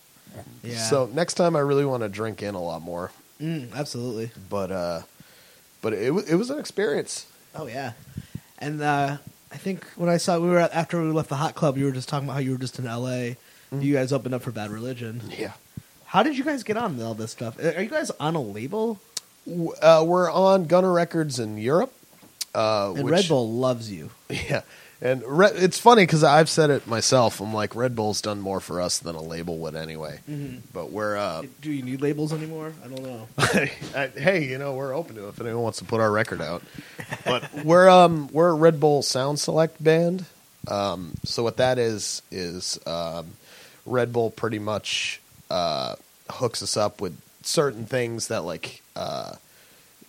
Yeah. So next time I really want to drink in a lot more. Mm, absolutely. but uh but it wa- it was an experience. Oh yeah. And uh, I think when I saw we were at, after we left the hot club, you were just talking about how you were just in L.A. Mm-hmm. You guys opened up for Bad Religion. Yeah. How did you guys get on with all this stuff? Are you guys on a label? Uh, we're on Gunner Records in Europe. Uh, And which- Red Bull loves you. Yeah. And Red, it's funny because I've said it myself. I'm like, Red Bull's done more for us than a label would anyway. Mm-hmm. But we're, uh, Do you need labels anymore? I don't know. I- hey, you know, we're open to it if anyone wants to put our record out. But we're, um, we're a Red Bull Sound Select band. Um, so what that is, is, um, Red Bull pretty much, uh, hooks us up with certain things that like, uh,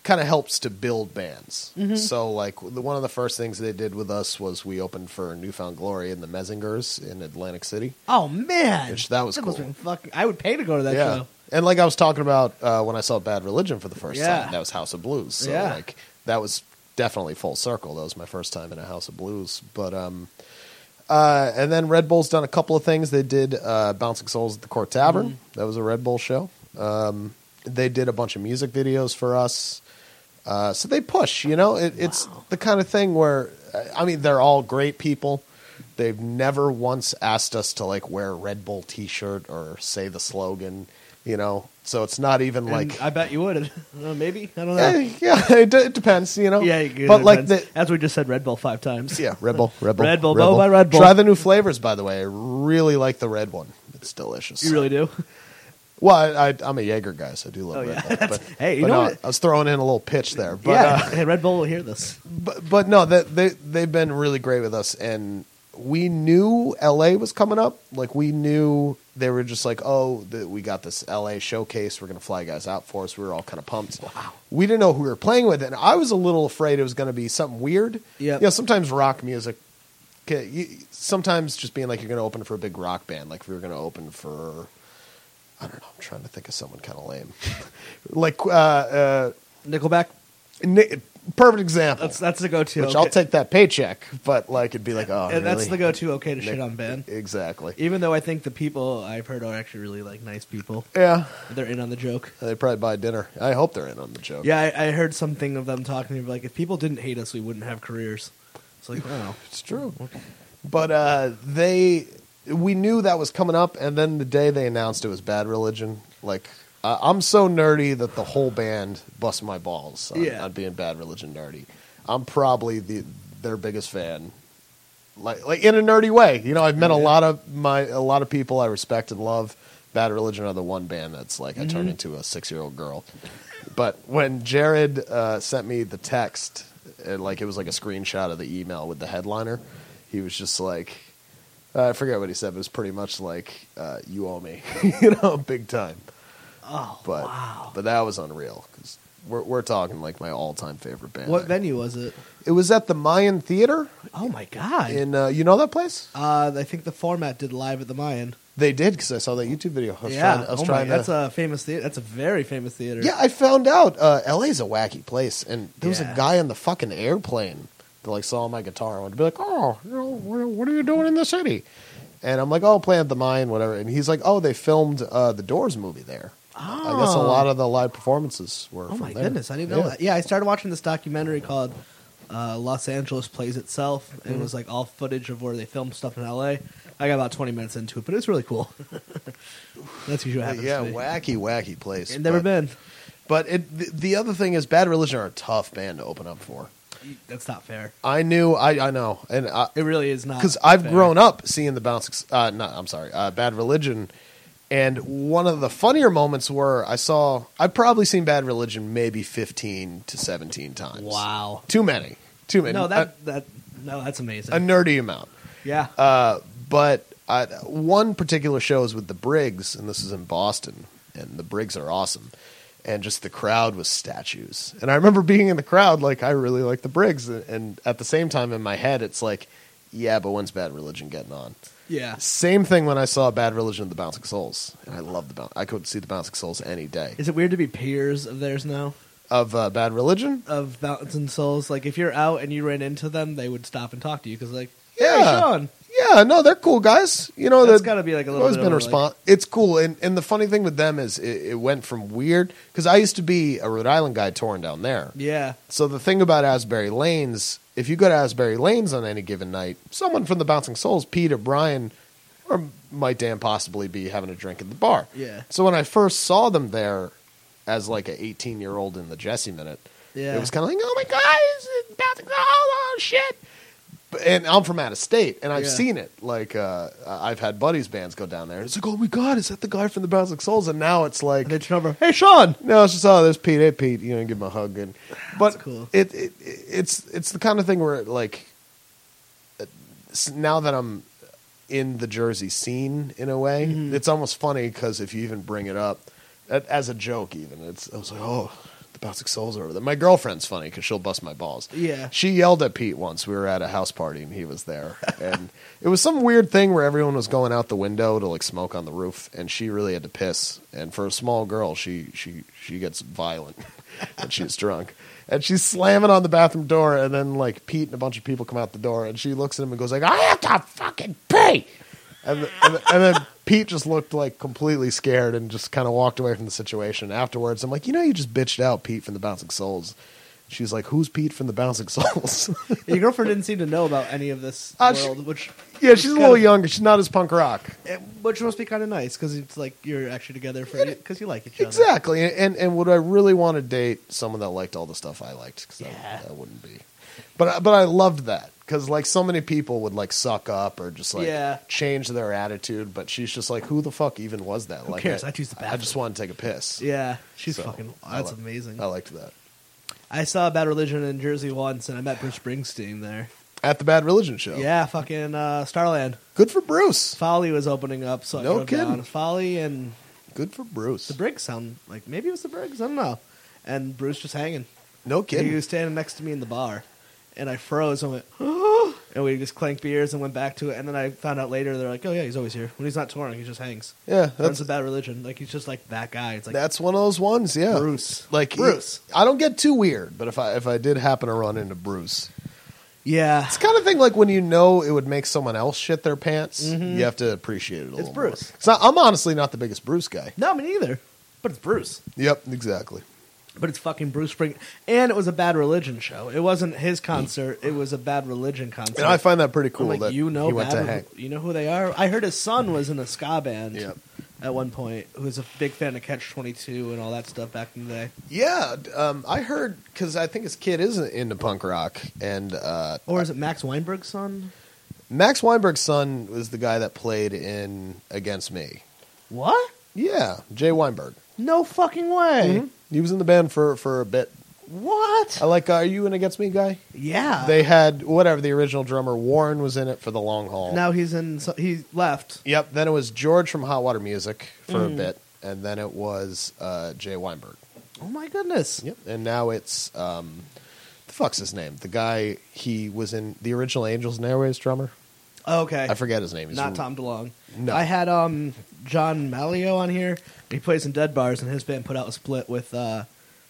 kind of helps to build bands. So, like, the, one of the first things they did with us was we opened for Newfound Glory and the Mezingers in Atlantic City. Oh man, Which, that was must've cool. been fucking. I would pay to go to that show. And, like, I was talking about uh, when I saw Bad Religion for the first Yeah. time, that was House of Blues. So, Yeah. like, that was definitely full circle. That was my first time in a House of Blues. But, um, uh, and then Red Bull's done a couple of things. They did uh, Bouncing Souls at the Court Tavern. Mm-hmm. That was a Red Bull show. Um, they did a bunch of music videos for us. Uh, so they push, you know, it, it's the kind of thing where, I mean, they're all great people. They've never once asked us to like wear a Red Bull t shirt or say the slogan, you know, so it's not even And like, I bet you would. Uh, maybe I don't know. Eh, yeah, it, d- it depends, you know, Yeah, it but like depends. the, as we just said, Red Bull five times. yeah, Red Bull, Red Bull, Red Bull, Bo by Red Bull. Try the new flavors, by the way. I really like the red one. It's delicious. you really do. Well, I, I, I'm a Jaeger guy, so I do love Oh, Red yeah. Bull. But, Hey, you but know no, what? I was throwing in a little pitch there, but yeah, uh, hey, Red Bull will hear this. but, but no, that they they've been really great with us, and we knew LA was coming up. Like we knew they were just like, oh, the, we got this LA showcase. We're gonna fly guys out for us. We were all kind of pumped. Wow. We didn't know who we were playing with, and I was a little afraid it was gonna be something weird. Yep. You know, sometimes rock music. 'kay, you, sometimes just being like you're gonna open for a big rock band, like we were gonna open for. I don't know. I'm trying to think of someone kind of lame, like uh, uh, Nickelback. Ni- perfect example. That's that's the go-to. which I'll take that paycheck, but like it'd be like, oh, And that's the really? go-to. Okay to shit Nick- on Ben, Exactly. even though I think the people I've heard are actually really like nice people. Yeah, They're in on the joke. they probably buy dinner. I hope they're in on the joke. Yeah, I, I heard something of them talking. They were like, if people didn't hate us, we wouldn't have careers. It's like, oh. wow. It's true. But uh, they, we knew that was coming up, and then the day they announced it was Bad Religion, like I I'm so nerdy that the whole band bust my balls on, Yeah. on being Bad Religion nerdy. I'm probably the their biggest fan, like like in a nerdy way. You know, I've met a lot of my a lot of people I respect and love. Bad Religion are the one band that's like I Mm-hmm. turn into a six year old girl. But when Jared uh, sent me the text, and like it was like a screenshot of the email with the headliner, he was just like, uh, I forget what he said, but it was pretty much like, uh, "You owe me," you know, big time. Oh, But but that was unreal because we're we're talking like my all time favorite band. what venue was it? It was at the Mayan Theater Oh my god. in uh, you know that place. uh, I think the format did live at the Mayan. They did because I saw that YouTube video. I was yeah. trying, I was oh my, trying to. that's a famous theater. That's a very famous theater. yeah, I found out uh, LA's a wacky place, and there was Yeah. a guy on the fucking airplane that like saw my guitar and would be like, "Oh, you know, what, what are you doing in the city?" And I'm like, "Oh, playing at the mine, whatever." And he's like, "Oh, they filmed uh, the Doors movie there. I guess a Oh. lot of the live performances were. Oh from my there. goodness, I didn't Yeah. know that. Yeah, I started watching this documentary called uh, Los Angeles Plays Itself, and Mm-hmm. it was like all footage of where they filmed stuff in LA. I got about 20 minutes into it, but it's really cool. That's usually what happens. Yeah, to me. wacky, wacky place. And never but, been. But it, the, the other thing is, Bad Religion are a tough band to open up for. That's not fair. I knew, I, I know, and I, It really is not. because I've grown up seeing the bounce. Uh, not, I'm sorry, uh, Bad Religion. And one of the funnier moments were I saw I've probably seen Bad Religion maybe 15 to 17 times. Wow. too many, too many. No, that that no, that's amazing. a, uh, a nerdy amount. yeah. But I, one particular show is with the Briggs, and this is in Boston, and the Briggs are awesome. And just the crowd was statues. And I remember being in the crowd, like, I really like the Briggs. And, and at the same time, in my head, it's like, yeah, but when's Bad Religion getting on? yeah. Same thing when I saw Bad Religion and the Bouncing Souls, and I love the bounce. I could see the Bouncing Souls any day Is it weird to be peers of theirs now? of uh, Bad Religion. Of Mountain Souls? Like, if you're out and you ran into them, they would stop and talk to you because, like, yeah, Yeah. Sean. Yeah, no, they're cool guys. You know, That's that- gotta be, like, a they've little always bit been of a, respon- It's cool, and and the funny thing with them is it, it went from weird because I used to be a Rhode Island guy touring down there. Yeah. So the thing about Asbury Lanes, if you go to Asbury Lanes on any given night, someone from the Bouncing Souls, Pete or Brian, or might damn possibly be having a drink at the bar. Yeah. So when I first saw them there as like an 18 year old in the Jesse Minute, Yeah. it was kind of like, oh my God, it's Bouncing Souls, oh shit. But- And I'm from out of state, and I've Yeah. seen it. Like uh, I've had buddies bands go down there. and It's like, oh my god, is that the guy from the Bouncing Souls? And now it's like And they turn over, hey, Sean. no, it's just oh, there's Pete. Hey, Pete, you know, give him a hug. And but cool. it, it it's it's the kind of thing where like s- now that I'm in the Jersey scene in a way, Mm-hmm. it's almost funny because if you even bring it up a- as a joke, even it's I was like, oh, the Bouncing Souls are over there. My girlfriend's funny because she'll bust my balls. Yeah. she yelled at Pete once. We were at a house party and he was there, and it was some weird thing where everyone was going out the window to like smoke on the roof, and she really had to piss. And for a small girl, she she she gets violent when she's drunk. And she's slamming on the bathroom door, and then like Pete and a bunch of people come out the door, and she looks at him and goes like, "I have to fucking pee." And, and, and then Pete just looked like completely scared and just kind of walked away from the situation. Afterwards, I'm like, you know, you just bitched out Pete from the Bouncing Souls. She's like, who's Pete from the Bouncing Souls? Your girlfriend didn't seem to know about any of this Uh, she- world, which yeah, she's a little Kinda- younger. She's not as punk rock. eh, which must be kind of nice because it's like you're actually together for because you like each other. Exactly. And, and would I really want to date someone that liked all the stuff I liked? Because Yeah. I, wouldn't be. But I- but I loved that because like so many people would like suck up or just like Yeah. change their attitude. But she's just like, who the fuck even was that? like, cares? I choose the I just bathroom. want to take a piss. Yeah, she's So, fucking. I That's like- amazing. I liked that. I saw Bad Religion in Jersey once, and I met Bruce Springsteen there. At the Bad Religion show. Yeah, fucking uh, Starland. Good for Bruce. Folly was opening up, so I No drove down. kidding. Folly and Good for Bruce. the Briggs sound like maybe it was the Briggs. I don't know. And Bruce just hanging. no He kidding. was standing next to me in the bar, and I froze. I went, and we just clanked beers and went back to it. And then I found out later they're like, oh yeah, he's always here. When he's not touring, he just hangs. Yeah, That's that's a bad religion. Like he's just like that guy. It's like that's one of those ones. Yeah, Bruce. Like Bruce. I don't get too weird, but if I if I did happen to run into Bruce, yeah, it's kind of thing like when you know it would make someone else shit their pants. You have to appreciate it a little. more. Mm-hmm. Bruce. It's not, I'm honestly not the biggest Bruce guy. no, me neither. But it's Bruce. Yep, exactly. But it's fucking Bruce Spring, and it was a bad religion show. It wasn't his concert. It was a bad religion concert. and I find that pretty I'm cool like, that you know he went bad to Re- hang. You know who they are. I heard his son was in a ska band. Yep. At one point, who was a big fan of Catch Twenty Two and all that stuff back in the day. Yeah, d- um, I heard because I think his kid is into punk rock, and uh, Or is it Max Weinberg's son? Max Weinberg's son was the guy that played in Against Me. What? Yeah, Jay Weinberg. Mm-hmm. No fucking way. He was in the band for for a bit. What? I like. Uh, are you an Against Me guy? yeah. Mm-hmm. They had whatever the original drummer Warren was in it for the long haul. now he's in. So, he left. Yep. Then it was George from Hot Water Music for Mm. a bit, and then it was uh, Jay Weinberg. Oh my goodness. Yep. And now it's um, the fuck's his name? The guy he was in the original Angels and Airways drummer. Okay. I forget his name. He's Not Tom from- DeLong. No. I had um John Malio on here. He plays in Dead Bars, and his band put out a split with uh,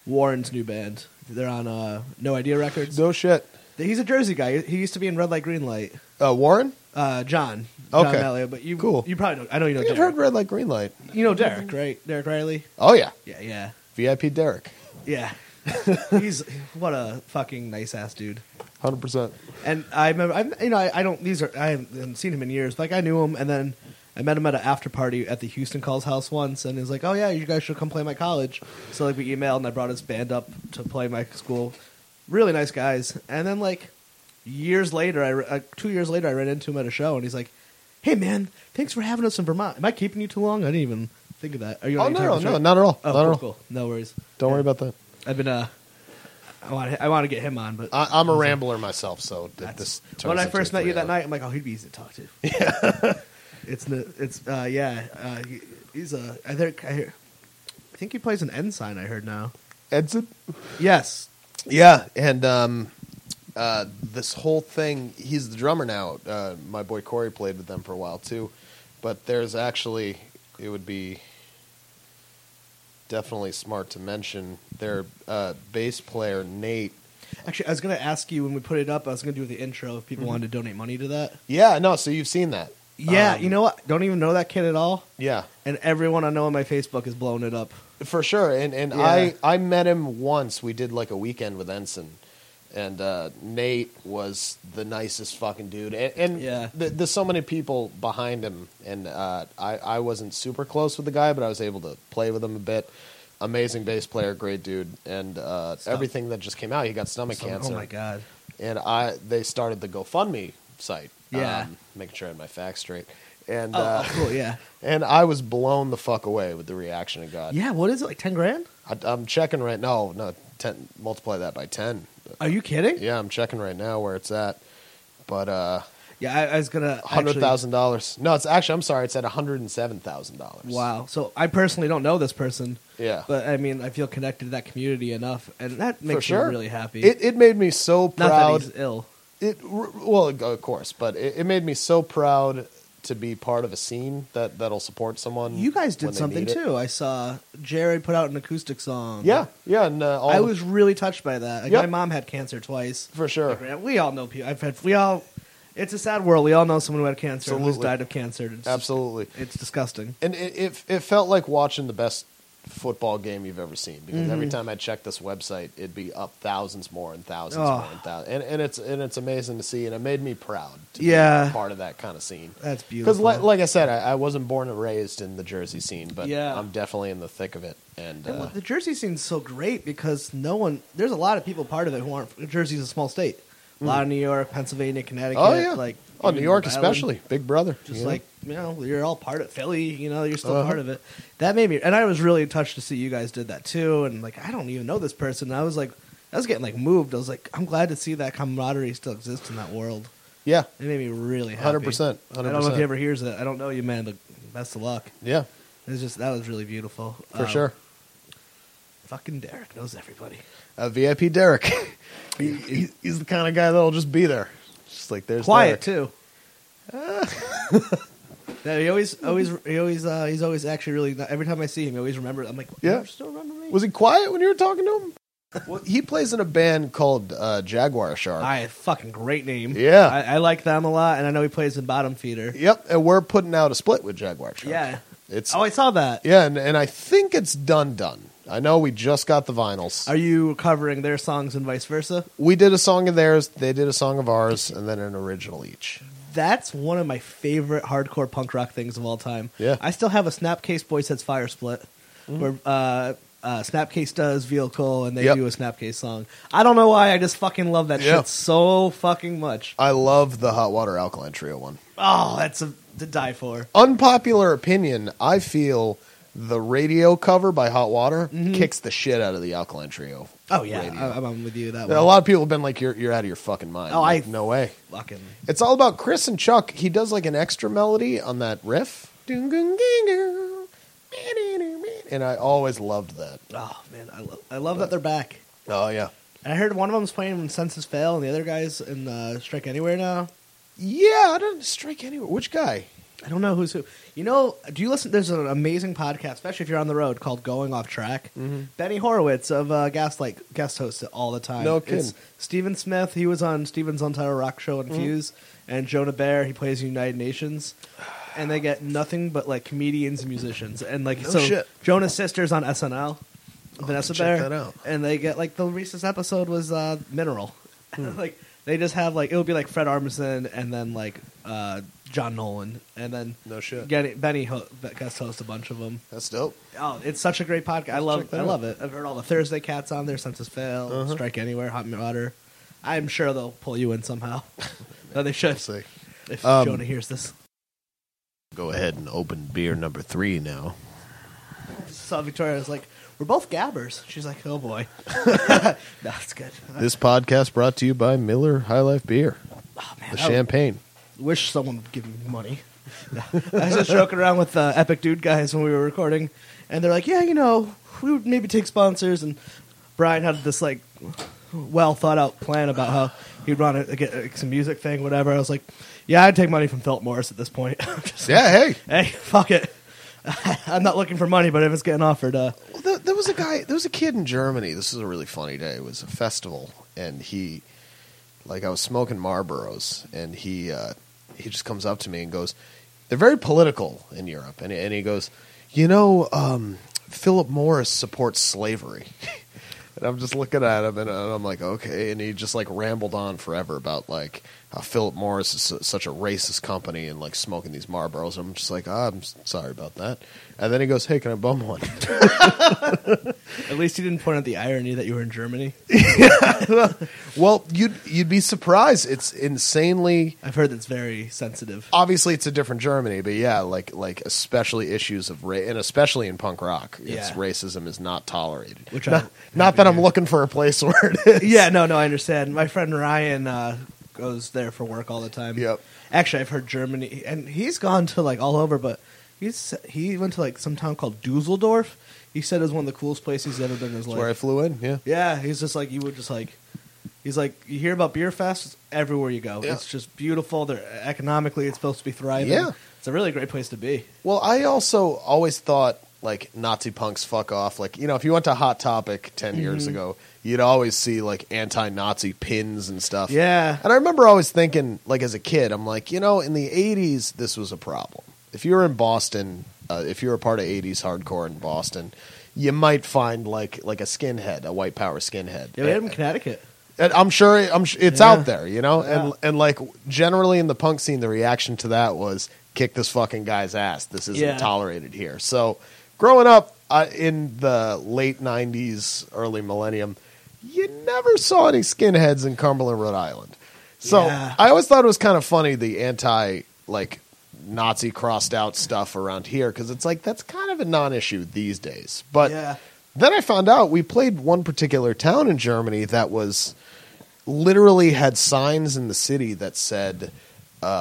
Warren's new band. They're on uh, No Idea Records. No shit. He's a Jersey guy. He used to be in Red Light Green Light. Uh, Warren. Uh, John. John Okay. Malio, but you Cool. You probably know. I know you know. I think I've Derek. heard Red Light Green Light. You know Derek, right? Derek Riley. Oh yeah, Yeah, yeah, VIP Derek, yeah. He's what a fucking nice ass dude. hundred percent. And I remember, I'm, you know, I, I don't. These are I haven't seen him in years. Like I knew him, and then I met him at an after party at the Houston Calls house once, and he was like, "Oh yeah, you guys should come play my college." So like we emailed, and I brought his band up to play my school. Really nice guys. And then like years later, I re- uh, two years later, I ran into him at a show, and he's like, "Hey man, thanks for having us in Vermont. Am I keeping you too long? I didn't even think of that. Are you? Oh on any time no, no, constraint?" no, not at all. Oh, not at cool, all. cool. No worries. Don't worry about that. I've been uh, I want I want to get him on, but I, I'm a rambler myself, so th- that's- this. when turns I into first a met you that three-hour. night, I'm like, oh, he'd be easy to talk to. Yeah, it's n- it's uh, yeah, uh, he, he's a. I think I, hear, I think he plays an ensign. I heard now. Edson. Yes, Yeah, and um, uh, this whole thing. He's the drummer now. Uh, my boy Corey played with them for a while too, but there's actually it would be definitely smart to mention their uh, bass player Nate. actually, I was gonna ask you when we put it up. I was gonna do the intro if people wanted to donate money to that. Yeah, no. So you've seen that. Yeah, Um, you know what? Don't even know that kid at all, Yeah. and everyone I know on my Facebook is blowing it up. For sure, and and Yeah. I I met him once. We did like a weekend with Ensign, and uh, Nate was the nicest fucking dude. And, and Yeah. th- there's so many people behind him, and uh, I I wasn't super close with the guy, but I was able to play with him a bit. Amazing bass player, great dude, and uh, Stom- everything that just came out. He got stomach So- cancer Oh my god! and I they started the GoFundMe site. um, Yeah. making sure I had my facts straight, and Oh, uh, oh, cool. Yeah, and I was blown the fuck away with the reaction of God. yeah. What is it like? Ten grand? I, I'm checking right now. No, ten, multiply that by ten. Are you kidding? Yeah, I'm checking right now where it's at. But uh, Yeah, I, I was gonna hundred actually- thousand dollars. No, it's actually. I'm sorry. It's at hundred and seven thousand dollars. Wow. So I personally don't know this person. Yeah. But I mean, I feel connected to that community enough, and that for makes sure. me really happy. It it made me so Not proud. that he's ill. It r- well, of course, but it, it made me so proud to be part of a scene that that'll support someone. You guys Mm. when did they something need it. too. I saw Jared put out an acoustic song. Yeah, yeah, and uh, all I the- was really touched by that. Like, Yep. My mom had cancer twice. for sure. Grant, We all know people. I've had. We all. It's a sad world. We all know someone who had cancer and who's Absolutely. died of cancer. It's, Absolutely. It's disgusting. and it, it it felt like watching the best football game you've ever seen because Mm-hmm. every time I checked this website, it'd be up thousands more and thousands Oh. more and thousands, and, and it's and it's amazing to see, and it made me proud. To Yeah. be part of that kind of scene. That's beautiful. Because, like, like I said, I, I wasn't born and raised in the Jersey scene, but Yeah. I'm definitely in the thick of it. And, And uh, look, the Jersey scene's so great because no one, there's a lot of people part of it who aren't. Jersey's a small state. A lot of New York, Pennsylvania, Connecticut. Mm. oh yeah, Like, oh even New York Rhode Island. especially, Big Brother, Just you know? like, you know, you're all part of Philly, you know, you're still Uh-huh. part of it. That made me, and I was really touched to see you guys did that too. And like, I don't even know this person. I was like, I was getting like moved. I was like, I'm glad to see that camaraderie still exists in that world. yeah, It made me really happy. hundred percent, I hundred don't know if he percent, ever hears it. I don't know you, man, but best of luck. yeah, It was just, that was really beautiful. for Um, sure. Fucking Derek knows everybody. Uh, VIP Derek, he, he- he's the kind of guy that'll just be there, just Like there's Quiet there. too. No, he always, always, he always, uh, he's always actually really. Every time I see him, he always remembers. I'm like, you Yeah. still remember me? Was he quiet when you were talking to him? well, he plays in a band called uh, Jaguar Shark. I fucking great name. Yeah. I, I like them a lot, and I know he plays in Bottom Feeder. Yep, and we're putting out a split with Jaguar Shark. Yeah. it's Oh, I saw that. yeah, and, and I think it's done. Done. I know we just got the vinyls. Are you covering their songs and vice versa? we did a song of theirs, they did a song of ours, and then an original each. That's one of my favorite hardcore punk rock things of all time. Yeah. Mm-hmm. I still have a Snapcase Boy Sets Fire split where uh, uh, Snapcase does vehicle and they Yep. do a Snapcase song. I don't know why. I just fucking love that Yeah. shit so fucking much. I love the Hot Water Alkaline Trio one. Oh, that's a, to die for. Unpopular opinion, I feel the radio cover by Hot Water Mm-hmm. kicks the shit out of the Alkaline Trio. Oh, yeah. radio. I, I'm with you that a one. lot of people have been like, "You're you're out of your fucking mind." Oh, I'm I- like, no way. Fucking. It's all about Chris and Chuck. He does like an extra melody on that riff. And I always loved that. Oh, man. I, lo- I Uh, love that they're back. Oh yeah. And I heard one of them's playing when Census Fail, and the other guy's in uh, Strike Anywhere now. Yeah, I don't strike anywhere. Which guy? I don't know who's who. You know, do you listen? There's an amazing podcast, especially if you're on the road, called "Going Off Track." Mm-hmm. Benny Horowitz of uh, Gaslight guest hosts it all the time. No kidding. Mm-hmm. It's Stephen Smith. He was on Stephen's entire rock show and Fuse, and Jonah Bear. He plays United Nations, and they get nothing but like comedians and musicians. And like No so, shit. Oh, Jonah's sisters on SNL. Vanessa check Bear, that out. and they get like the recent episode was uh, Mineral. Hmm. like they just have like it would be like Fred Armisen and then like uh, John Nolan and then No shit. Get- Benny ho- guest host a bunch of them. That's dope. Oh, it's such a great podcast. I check love that I out. Uh-huh. love it. I've heard all the Thursday cats on there, Census Fail, Strike Anywhere, Hot Water. I'm sure they'll pull you in somehow. no, they should. Let's see. If Um, Jonah hears this, Go ahead and open beer number three now. saw Victoria I was like, "We're both gabbers." She's like, "Oh boy, that's good." This podcast brought to you by Miller High Life Beer, Oh, man, the I- champagne. wish someone would give me money. I was just joking around with uh, Epic Dude guys when we were recording, and they're like, "Yeah, you know, we would maybe take sponsors." And Brian had this like well thought out plan about how he'd run a, get uh, some music thing, whatever. I was like, "Yeah, I'd take money from Philip Morris at this point." I'm just Yeah, hey. like, hey, fuck it. I'm not looking for money, but if it's getting offered, uh, Well, there, there was a guy, there was a kid in Germany. This is a really funny day. It was a festival, and he, like, I was smoking Marlboros, and he, uh, he just comes up to me and goes, "They're very political in Europe," and and he goes, "You know, um, Philip Morris supports slavery." And I'm just looking at him, and I'm like, okay. And he just like rambled on forever about like how Philip Morris is su- such a racist company and like smoking these Marlboros. I'm just like, ah, I'm s- sorry about that. And then he goes, hey, can I bum one? at least you didn't point out the irony that you were in Germany. Well, you'd you'd be surprised. It's insanely I've heard that's very sensitive. obviously it's a different Germany, but yeah, like like especially issues of race and especially in punk rock, it's Yeah. racism is not tolerated. Which not, I'm not that I'm looking for a place where it is. yeah, no, no, I understand. My friend Ryan uh, goes there for work all the time. Yep. Actually, I've heard Germany, and he's gone to like all over, but he's he went to like some town called Dusseldorf. He said it was one of the coolest places he's ever been in his That's where I life. flew in. Yeah. yeah, he's just like you would just like. He's like you hear about beer fests everywhere you go. Yeah. It's just beautiful. They're economically, it's supposed to be thriving. Yeah. it's a really great place to be. Well, I also always thought like Nazi punks fuck off. Like you know, if you went to Hot Topic 10 years Mm-hmm. ago, you'd always see like anti-Nazi pins and stuff. Yeah, And I remember always thinking, like as a kid, I'm like, you know, in the '80s, this was a problem. If you were in Boston, uh, if you were a part of '80s hardcore in Boston, you might find like like a skinhead, a white power skinhead. yeah, we had him in Connecticut. And I'm sure it- I'm su- it's Yeah. out there, you know. Yeah. And and like generally in the punk scene, the reaction to that was kick this fucking guy's ass. This isn't Yeah. tolerated here. So growing up uh, in the late '90s, early millennium, you never saw any skinheads in Cumberland, Rhode Island. So Yeah. I always thought it was kind of funny the anti like Nazi crossed out stuff around here because it's like that's kind of a non-issue these days. But Yeah. then I found out we played one particular town in Germany that was literally had signs in the city that said,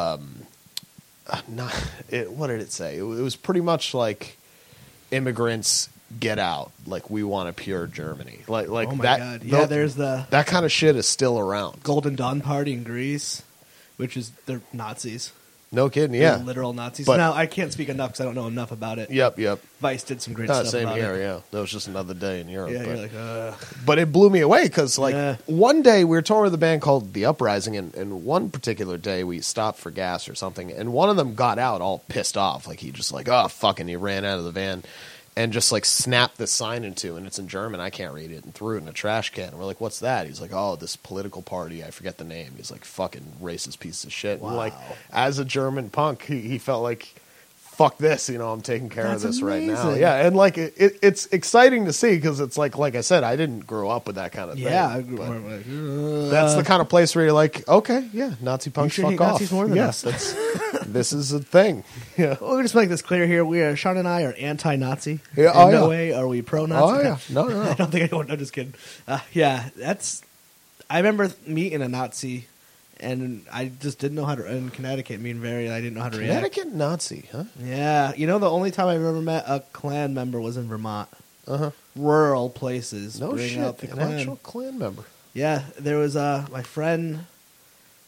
um, uh, not, it, what did it say? It, wa- it was pretty much like immigrants get out. Like we want a pure Germany. Like like oh my that. god! Yeah, tho- there's the that kind of shit is still around. Golden Dawn party in Greece. which is they're Nazis. No kidding. They're Yeah. literal Nazis. But- now I can't speak enough because I don't know enough about it. Yep. Yep. Vice did some great Ah, stuff. same about here. It. Yeah. That was just another day in Europe. Yeah, but, you're like, uh, but it blew me away because like Yeah. one day we were touring with a band called The Uprising, and, and one particular day we stopped for gas or something, and one of them got out all pissed off, like he just like oh fucking he ran out of the van. And just like snapped this sign in two, and it's in German. I can't read it, and threw it in a trash can. And we're like, "What's that?" He's like, "Oh, this political party. I forget the name." He's like, "Fucking racist piece of shit." And like, Wow. as a German punk, he, he felt like fuck this you know i'm taking care That's of this right now amazing. yeah and like it, it, it's exciting to see because it's like like i said i didn't grow up with that kind of yeah. thing I grew but up like, uh, that's the kind of place where you're like okay yeah nazi punks should fuck hate off Nazis more than yeah, us. that's this is a thing yeah Well, we just make this clear here. We are Sean and I are anti-Nazi. Yeah, In no oh, yeah. way are we pro-Nazi. oh yeah no no, I no. don't think I don't. I'm just kidding. Uh, yeah, that's. I remember meeting a Nazi, and I just didn't know how to. In Connecticut, me and Very, I didn't know how to react. connecticut nazi huh Yeah, you know, the only time I've ever met a Klan member was in Vermont, uh-huh rural places. no bring shit out the an Klan. actual clan member Yeah, there was uh, my friend.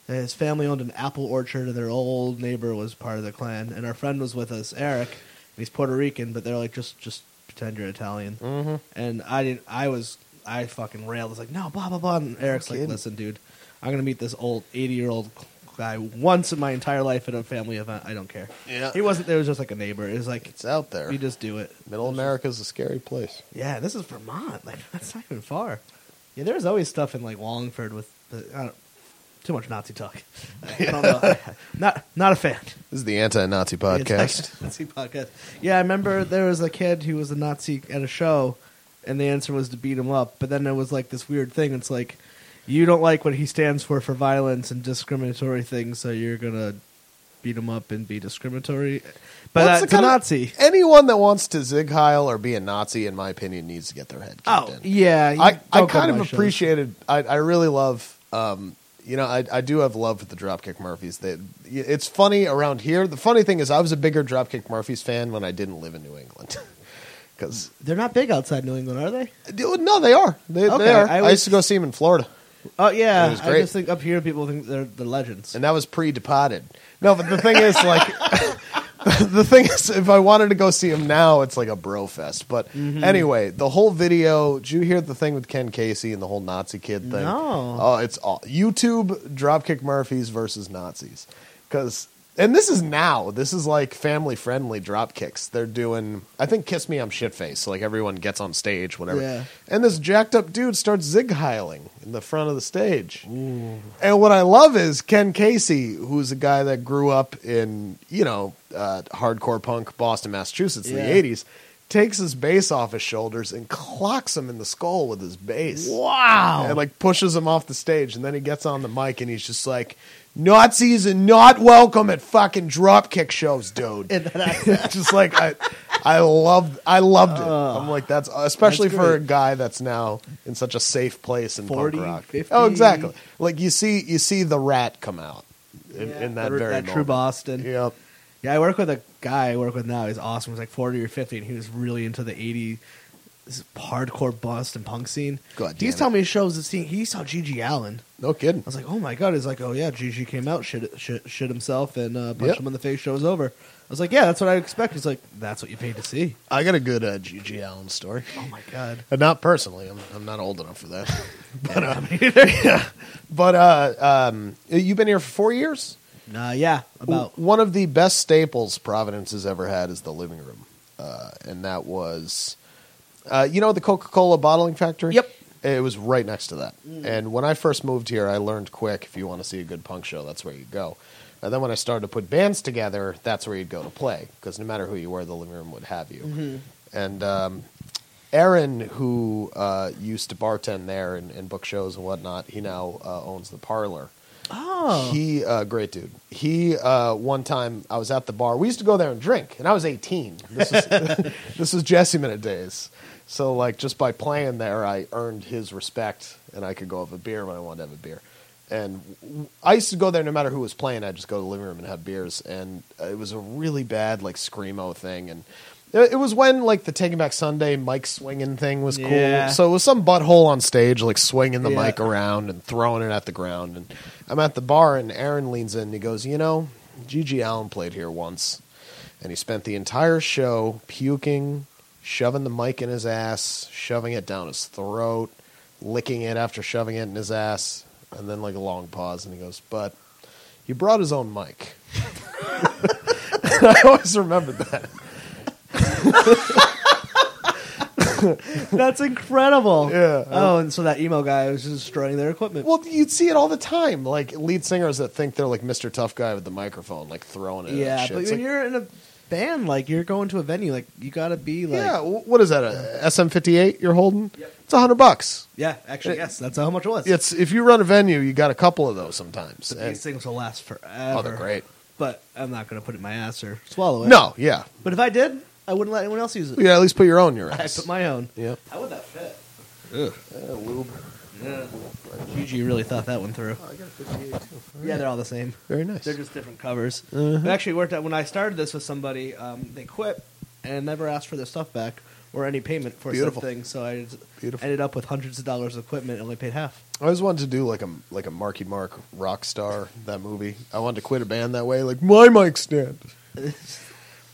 uh, His family owned an apple orchard, and their old neighbor was part of the clan. And our friend was with us, Eric. And he's Puerto Rican, but they're like, just just pretend you're Italian. Mm-hmm. And I didn't. I was. I fucking railed. It's like, no, blah blah blah. And Eric's like, kidding. listen, dude, I'm gonna meet this old 80 year old guy once in my entire life at a family event. I don't care. Yeah. he wasn't. There was just like a neighbor. It was like it's out there you just do it. middle america's a scary place Yeah, this is Vermont. Like that's not even far. Yeah, there's always stuff in like Wallingford with the, I don't, too much Nazi talk. I don't know. not not a fan. this is the anti-nazi podcast Nazi podcast. Yeah, I remember there was a kid who was a Nazi at a show, and the answer was to beat him up. But then there was like this weird thing. It's like you don't like what he stands for for violence and discriminatory things, so you're gonna beat him up and be discriminatory. But That's that's the uh, to kind of- Nazi. anyone that wants to zig heil or be a Nazi, in my opinion, needs to get their head kicked Oh in. yeah, you I, don't I go to kind my of shows. appreciated. I, I really love. Um, you know, I, I do have love for the Dropkick Murphys. They, it's funny around here. The funny thing is, I was a bigger Dropkick Murphys fan when I didn't live in New England. Because They're not big outside New England, are they? no, they are. They, Okay, they are. I I, was- used to go see them in Florida, Oh yeah, It was I great. just think up here people think they're the legends. and that was pre-departed. No, but the thing is, like, the thing is, if I wanted to go see him now, it's like a bro fest. But Mm-hmm. anyway, the whole video. Did you hear the thing with Ken Casey and the whole Nazi kid thing? No. Oh, it's all YouTube Dropkick Murphys versus Nazis. Because and this is now. This is like family friendly dropkicks. They're doing. I think Kiss Me I'm Shitface. Like everyone gets on stage, whatever. Yeah. And this jacked up dude starts zig heiling in the front of the stage. And what I love is Ken Casey, who's a guy that grew up in, you know, uh, hardcore punk Boston, Massachusetts in Yeah. the 80s, takes his bass off his shoulders and clocks him in the skull with his bass. wow. And like pushes him off the stage. And then he gets on the mic and he's just like, Nazis are not welcome at fucking dropkick shows, dude. And then I- Uh. just like, I. I loved, I loved it. I'm like that's especially That's for a great. guy that's now in such a safe place in 40, punk rock. 50. Oh, exactly. Like you see, you see the rat come out in, Yeah. in that That- very that true moment. Boston. Yep. yeah, I work with a guy I work with now. He's awesome. He's like forty or fifty, and he was really into the eighty this hardcore Boston punk scene. God he's damn it. telling me shows that scene. He saw Gigi Allen. No kidding. I was like, oh my god. He's like, oh yeah, Gigi came out, shit, shit, shit himself, and uh, punched Yep. him in the face. Show was over. I was like, yeah, that's what I expect. He's like, that's what you paid to see. I got a good uh, G.G. Allen story. Oh my god. Uh, not personally. I'm, I'm not old enough for that. but uh, yeah. but uh, um, you've been here for four years. Uh, yeah, about one of the best staples Providence has ever had is the living room, uh, and that was, uh, you know, the Coca Cola bottling factory. Yep. Mm. it was right next to that. And when I first moved here, I learned quick if you want to see a good punk show, that's where you go. And then when I started to put bands together, that's where you'd go to play because no matter who you were, the living room would have you. Mm-hmm. And um, Aaron, who uh, used to bartend there and, and book shows and whatnot, he now uh, owns the parlor. oh He, uh, great dude. He, uh, one time I was at the bar. We used to go there and drink, and I was 18. This was, this was Jesse Minute days. So, like, just by playing there, I earned his respect, and I could go have a beer when I wanted to have a beer. And w- I used to go there no matter who was playing. I'd just go to the living room and have beers. And uh, it was a really bad, like, screamo thing. And It it was when like the Taking Back Sunday mic swinging thing was Yeah. cool. So it was some butthole on stage like swinging the Yeah. mic around and throwing it at the ground. And I'm at the bar and Aaron leans in and he goes, "You know, Gigi Allen played here once, and he spent the entire show puking, shoving the mic in his ass, shoving it down his throat, licking it after shoving it in his ass, and then like a long pause and he goes, "But he brought his own mic." I always remembered that. That's incredible. Yeah. Oh, and so that emo guy was just destroying their equipment. Well, you'd see it all the time. Like lead singers that think they're like Mr. Tough Guy with the microphone, like throwing it. at yeah, shit. but It's when like, you're in a band, like you're going to a venue, like you gotta be like, yeah, wh- what is that? A SM58 you're holding? It's a hundred bucks. Yeah, actually, It- yes, that's how much it was. It's if you run a venue, you got a couple of those sometimes. But And- these things will last forever. oh, they're great. But I'm not gonna put it in my ass or swallow it. No, yeah, But if I did, I wouldn't let anyone else use it. you gotta at least put your own in your I ass. put my uh, own. yeah, How would that fit? lube. Yeah. Gigi really thought that one through. I got a 58 too. Yeah, they're all the same. Very nice. They're just different covers. Uh-huh. It actually worked out when I started this with somebody. Um, they quit and never asked for their stuff back or any payment for Beautiful. something. So I just Beautiful. ended up with hundreds of dollars of equipment and only paid half. I always wanted to do like a like a Marky Mark rock star that movie. I wanted to quit a band that way, like my mic stand. Oh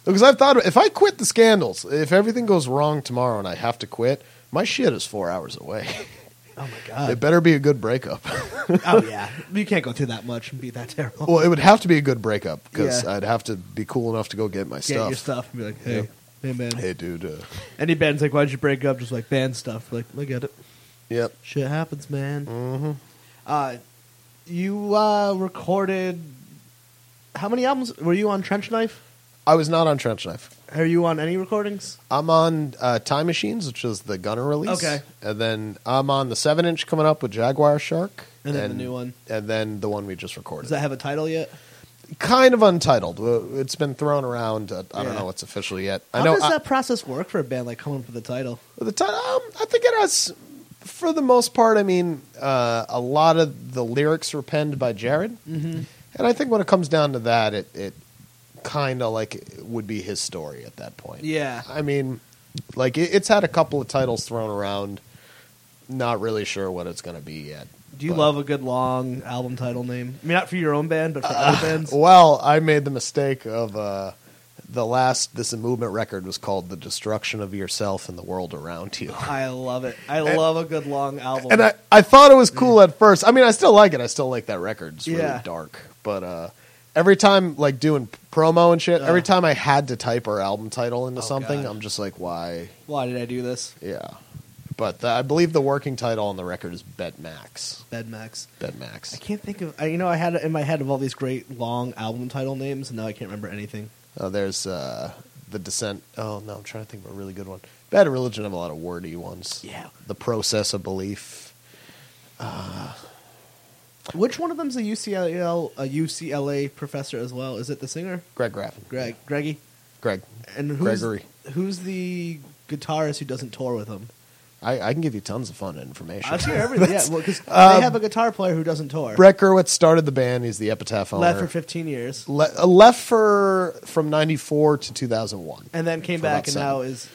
Because I've thought if I quit the scandals, if everything goes wrong tomorrow and I have to quit, my shit is four hours away. Oh my it god! better be a good breakup. oh yeah, you can't go through that much and be that terrible. well, it would have to be a good breakup because Yeah. I'd have to be cool enough to go get my Get stuff. your stuff and be like, hey, Yep. hey man. Hey, dude. Uh, Any band's like, why'd you break up? Just like band stuff. Like, look at it. yep. Shit happens, man. Mm-hmm. Uh, you uh, recorded how many albums? Were you on Trench Knife? I was not on Trench Knife. Are you on any recordings? I'm on uh, Time Machines, which is the Gunner release. Okay. And then I'm on the seven inch coming up with Jaguar Shark. And then the new one. And then the one we just recorded. Does that have a title yet? kind of untitled. Uh, It's been thrown around. Uh, I Yeah. don't know what's official yet. How I know does I- that process work for a band like coming up with a title? the title. Um, I think it has, for the most part. I mean, uh, a lot of the lyrics were penned by Jared, mm-hmm. and I think when it comes down to that, it it kind of like would be his story at that point. Yeah. I mean, like it, it's had a couple of titles thrown around. Not really sure what it's going to be yet. Do you but- love a good long album title name? I mean, not for your own band, but for Uh, other bands. Well, I made the mistake of uh, the last This Movement record was called The Destruction of Yourself and the World Around You. I love it. I love a good long album. And I, I thought it was cool at first. I mean, I still like it. I still like that record. It's really Yeah. dark. But uh, every time, like doing promo and shit, every Ugh. time I had to type our album title into Uh-huh. Oh, something, God. I'm just like, why? Why did I do this? Yeah. But the, I believe the working title on the record is Bet Max. Bed Max. Bet Max. I can't think of. I, you know, I had it in my head of all these great long album title names, and now I can't remember anything. Uh, there's uh, the descent. Oh no, I'm trying to think of a really good one. Bad religion have a lot of wordy ones. Yeah. the process of belief. Which one of them's a UCLA a UCLA professor as well? Is it the singer Greg Graffin. Greg Greggy? Greg. And who's Gregory. who's the guitarist who doesn't tour with them? I, I can give you tons of fun information. uh, I hear everything. yeah, well, because they have a guitar player who doesn't tour. um, Brett Gerwitz started the band. He's the Epitaph owner. left for 15 years Le- uh, left for from '94 to 2001. and then came For back about and seven. now is.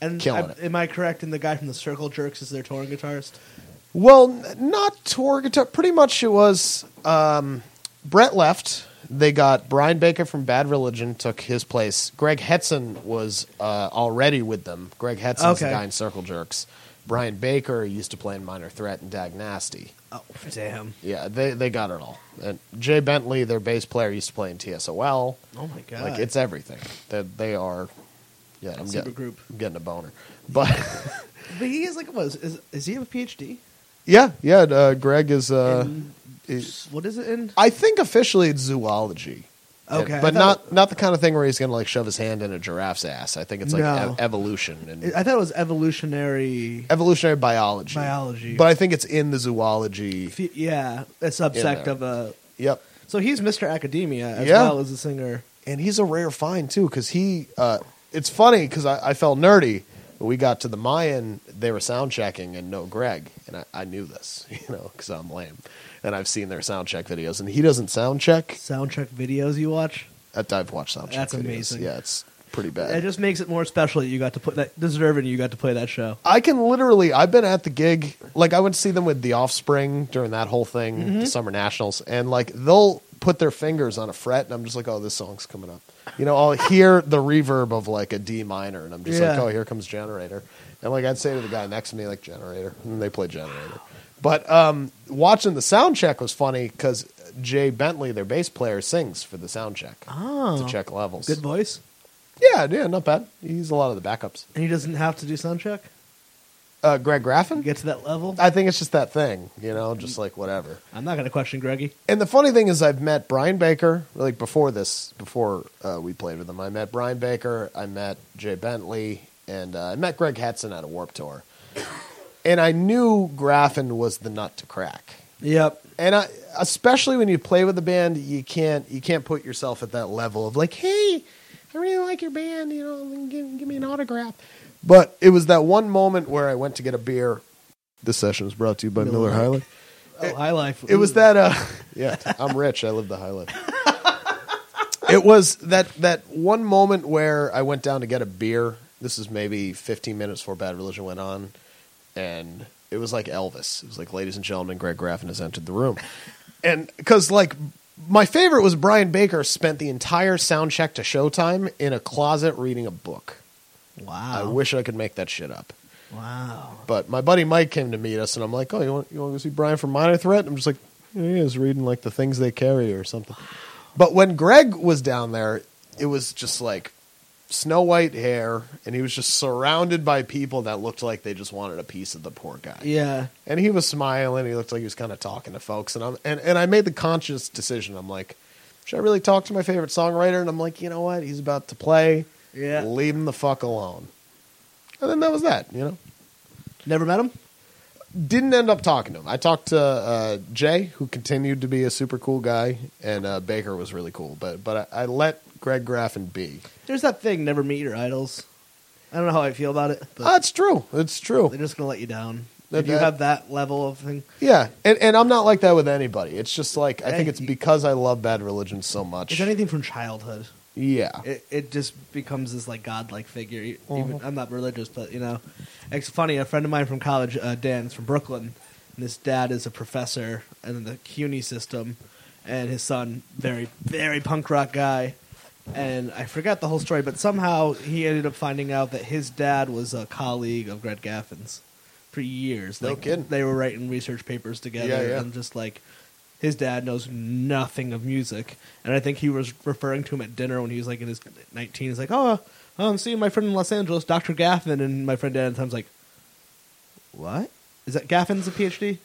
And Killing I- it. am I correct in the guy from the Circle Jerks is their touring guitarist? Well, n- not tour guitar. Pretty much it was um, Brett left. They got Brian Baker from Bad Religion took his place. Greg Hetson was uh, already with them. Greg Hetson's Okay. the guy in Circle Jerks. Brian Baker used to play in Minor Threat and Dag Nasty. Oh, damn. Yeah, they, they got it all. And Jay Bentley, their bass player, used to play in TSOL. Oh, my God. Like it's everything. They, they are. Yeah, I'm Super getting, group. I'm getting a boner. But But he is like, what is, is, is he have a PhD? yeah, yeah. Uh, Greg is. Uh, In- is- what is it in? I think officially it's zoology. Okay, And- I but thought- not not the kind of thing where he's going to like shove his hand in a giraffe's ass. I think it's like No. ev- evolution and I thought it was evolutionary. evolutionary biology. Biology. But I think it's in the zoology. Fe- yeah, a subsect there. of a. Yep. So he's Mr. Academia as Yeah. well as a singer. And he's a rare find too cuz he uh, it's funny cuz I, I felt nerdy. We got to the Mayan, they were sound checking and no Greg, and I, I knew this, you know, cuz I'm lame. And I've seen their sound check videos and he doesn't sound check. Soundtrack videos you watch? That I've watched sound check That's videos. amazing. Yeah, it's pretty bad. It just makes it more special that you got to put that deserving you got to play that show. I can literally. I've been at the gig. Like I would see them with the Offspring during that whole thing, Mm-hmm. the Summer Nationals, and like they'll put their fingers on a fret, and I'm just like, oh, this song's coming up. You know, I'll hear the reverb of like a D minor, and I'm just like, Yeah. oh, here comes Generator. And like I'd say to the guy next to me, like Generator, and they play Generator. But um, watching the sound check was funny because Jay Bentley, their bass player, sings for the sound check Oh. to check levels. Good voice. yeah, yeah, not bad. He's a lot of the backups. And he doesn't have to do sound check. Uh, Greg Graffin. Get to that level. I think it's just that thing, you know, just like whatever. I'm not going to question Greggy. And the funny thing is, I've met Brian Baker like before this, before uh, we played with him. I met Brian Baker, I met Jay Bentley, and uh, I met Greg Hetson at a Warp Tour. and I knew Graffin was the nut to crack. Yep. And I, especially when you play with a band, you can't you can't put yourself at that level of like, hey, I really like your band, you know, give, give me an autograph. But it was that one moment where I went to get a beer. This session was brought to you by Miller Miller, High Highland. Oh, high life. It was Ooh. that. Uh, yeah, I'm rich. I live the high life. it was that that one moment where I went down to get a beer. This is maybe 15 minutes before Bad Religion went on, and it was like Elvis. It was like, ladies and gentlemen, Greg Graffin has entered the room, and because like. My favorite was Brian Baker spent the entire sound check to showtime in a closet reading a book. I Wow. wish I could make that shit up. Wow. But my buddy Mike came to meet us, and I'm like, "Oh, you want you want to go see Brian from Minor Threat?" I'm just like, "Yeah, "He is reading like the things they carry or something." But when Greg was down there, it was just like snow white hair, and he was just surrounded by people that looked like they just wanted a piece of the poor guy. Yeah. And he was smiling. He looked like he was kind of talking to folks. And I'm and, and I made the conscious decision. I'm like, should I really talk to my favorite songwriter? And I'm like, you know what? He's about to play. Yeah. leave him the fuck alone. And then that was that. You know Never met him? didn't end up talking to him. I talked to uh, Jay, who continued to be a super cool guy, and uh, Baker was really cool. But but I, I let Greg Graffin be. There's that thing, never meet your idols. I don't know how I feel about it, but Uh, it's true. It's true. they're just going to let you down. That- if you that- have that level of thing. Yeah, and and I'm not like that with anybody. It's just like I think Hey, it's you- because I love Bad Religion so much. It's anything from childhood. yeah, Mm-hmm. It, it just becomes this like godlike figure. E- Even, I'm not religious, but you know, it's funny. A friend of mine from college, uh, Dan's from Brooklyn, and his dad is a professor in the CUNY system, and his son, very very punk rock guy, and I forgot the whole story, but somehow he ended up finding out that his dad was a colleague of Greg Gaffin's for years. No Like, kidding. They were writing research papers together, Yeah, yeah. and just like his dad knows nothing of music, and I think he was referring to him at dinner when he was like in his 19. He's like, "Oh, I'm seeing my friend in Los Angeles, Dr. Gaffin," and my friend Dan at the time's like, "What is that? Gaffin's a PhD?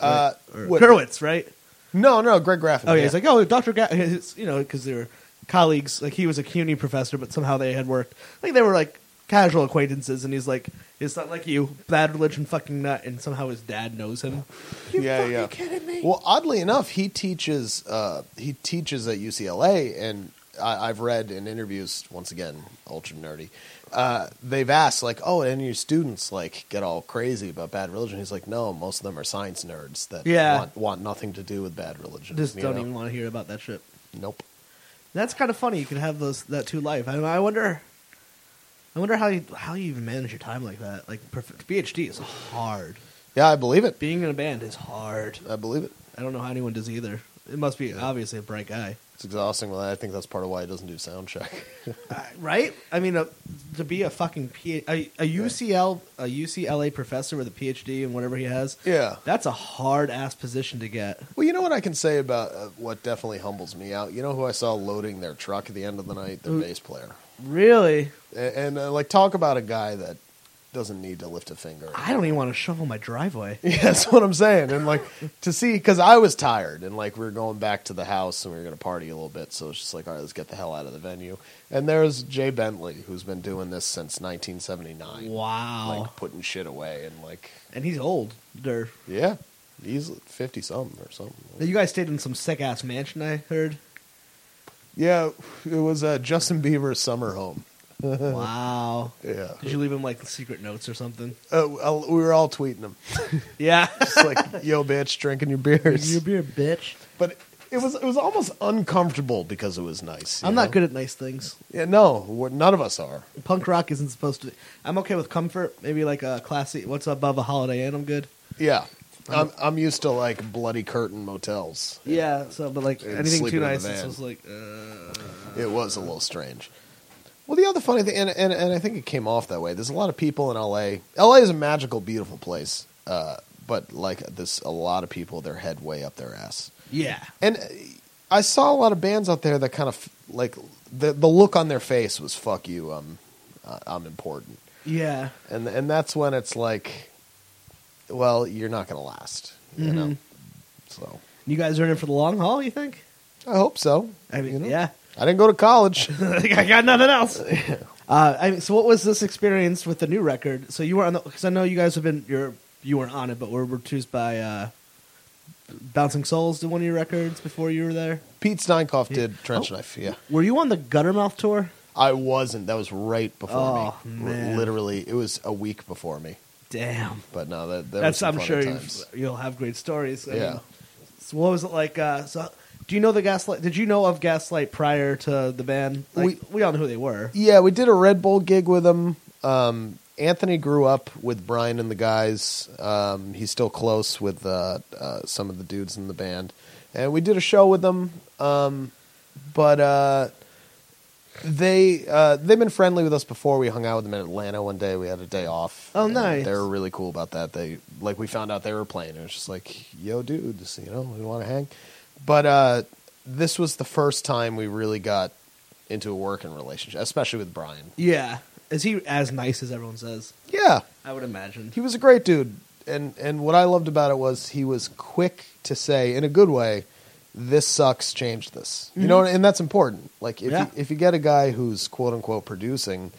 uh, Or what- Kerwitz, right? No, no, Greg Graffin. Oh yeah, he's like, oh, Dr. Gaffin, you know, because they were colleagues. Like he was a CUNY professor, but somehow they had worked. Like they were like casual acquaintances, and he's like, it's not like you, bad religion, fucking nut, and somehow his dad knows him. yeah, fucking yeah. kidding me? Well, oddly enough, he teaches uh, he teaches at UCLA, and I, I've read in interviews once again, ultra nerdy. Uh, they've asked like, "Oh, any of your students like get all crazy about bad religion?" He's like, "No, most of them are science nerds that Yeah. want, want nothing to do with bad religion." Just you don't know? even want to hear about that shit. Nope. That's kind of funny. You can have those that two life. I, I wonder. I wonder how you how you even manage your time like that. Like perfect, PhD is hard. Yeah, I believe it. Being in a band is hard. I believe it. I don't know how anyone does either. It must be obviously a bright guy, It's exhausting. Well, I think that's part of why he doesn't do sound check. Uh, right? I mean, uh to be a fucking P- a, a UCL a UCLA professor with a PhD and whatever he has. yeah. That's a hard ass position to get. Well, you know what I can say about uh, what definitely humbles me out. You know who I saw loading their truck at the end of the night? Their Who? bass player. Really? and, and uh, like talk about a guy that doesn't need to lift a finger. I don't even want to shovel my driveway. Yeah, that's what I'm saying. And like to see, because I was tired, and like we were going back to the house, and we were gonna party a little bit. So it's just like, all right, let's get the hell out of the venue. And there's Jay Bentley, who's been doing this since 1979, Wow. like putting shit away, and like, and he's old. They're yeah, he's 50 something or something. Now, You guys stayed in some sick ass mansion, I heard. Yeah, it was uh, Justin Bieber's summer home. Wow. Yeah, Did you leave him like secret notes or something? uh, uh, we were all tweeting him, Yeah. just like, "Yo, bitch, drinking your beers." beer, bitch. But it was it was almost uncomfortable because it was nice. you I'm know? not good at nice things. Yeah, no, we're, none of us are. Punk rock isn't supposed to. I'm okay with comfort. Maybe like a classy. What's above a Holiday Inn? I'm good. Yeah, I'm I'm used to like bloody curtain motels. Yeah. So, but like And anything sleeping too in the nice, it's van. just like. Uh, It was a little strange. Well, the other funny thing, and, and, and I think it came off that way. There's a lot of people in LA. LA is a magical, beautiful place, uh, but like there's a lot of people their head way up their ass. yeah. And uh, I saw a lot of bands out there that kind of like the the look on their face was "fuck you, I'm uh, I'm important," Yeah. and and that's when it's like, well, you're not gonna last, you Mm-hmm. know. So You guys are in it for the long haul. You think? I hope so. I mean, You know? yeah. I didn't go to college. I got nothing else. Uh, I mean, so what was this experience with the new record? So you were on the because I know you guys have been you're you weren't on it, but were reduced by uh, Bouncing Souls did one of your records before you were there. Pete Steinkoff did Oh. Trench Knife. Yeah. Were you on the Guttermouth tour? I wasn't. That was right before Oh, me. man. R- Literally, it was a week before me. Damn, But no, that, that was that's some I'm fun sure you've, times. you'll have great stories. I Yeah. mean, so what was it like? Uh, so do you know the Gaslight? Did you know of Gaslight prior to the band? Like, we We- we all knew who they were. Yeah, we did a Red Bull gig with him. Um, Anthony grew up with Brian and the guys. Um, he's still close with uh, uh, some of the dudes in the band, and we did a show with them. Um, but uh, they uh, they've been friendly with us before. We hung out with them in Atlanta one day. We had a day off. Oh, and nice. They were really cool about that. They like we found out they were playing. It was just like, yo, dudes, you know, we want to hang. But uh, this was the first time we really got into a working relationship, especially with Brian. Yeah, is he as nice as everyone says? Yeah, I would imagine. he was a great dude, and and what I loved about it was he was quick to say in a good way, "This sucks, change this." You know, and that's important. Like if Mm-hmm. Yeah. you, if you get a guy who's quote unquote producing,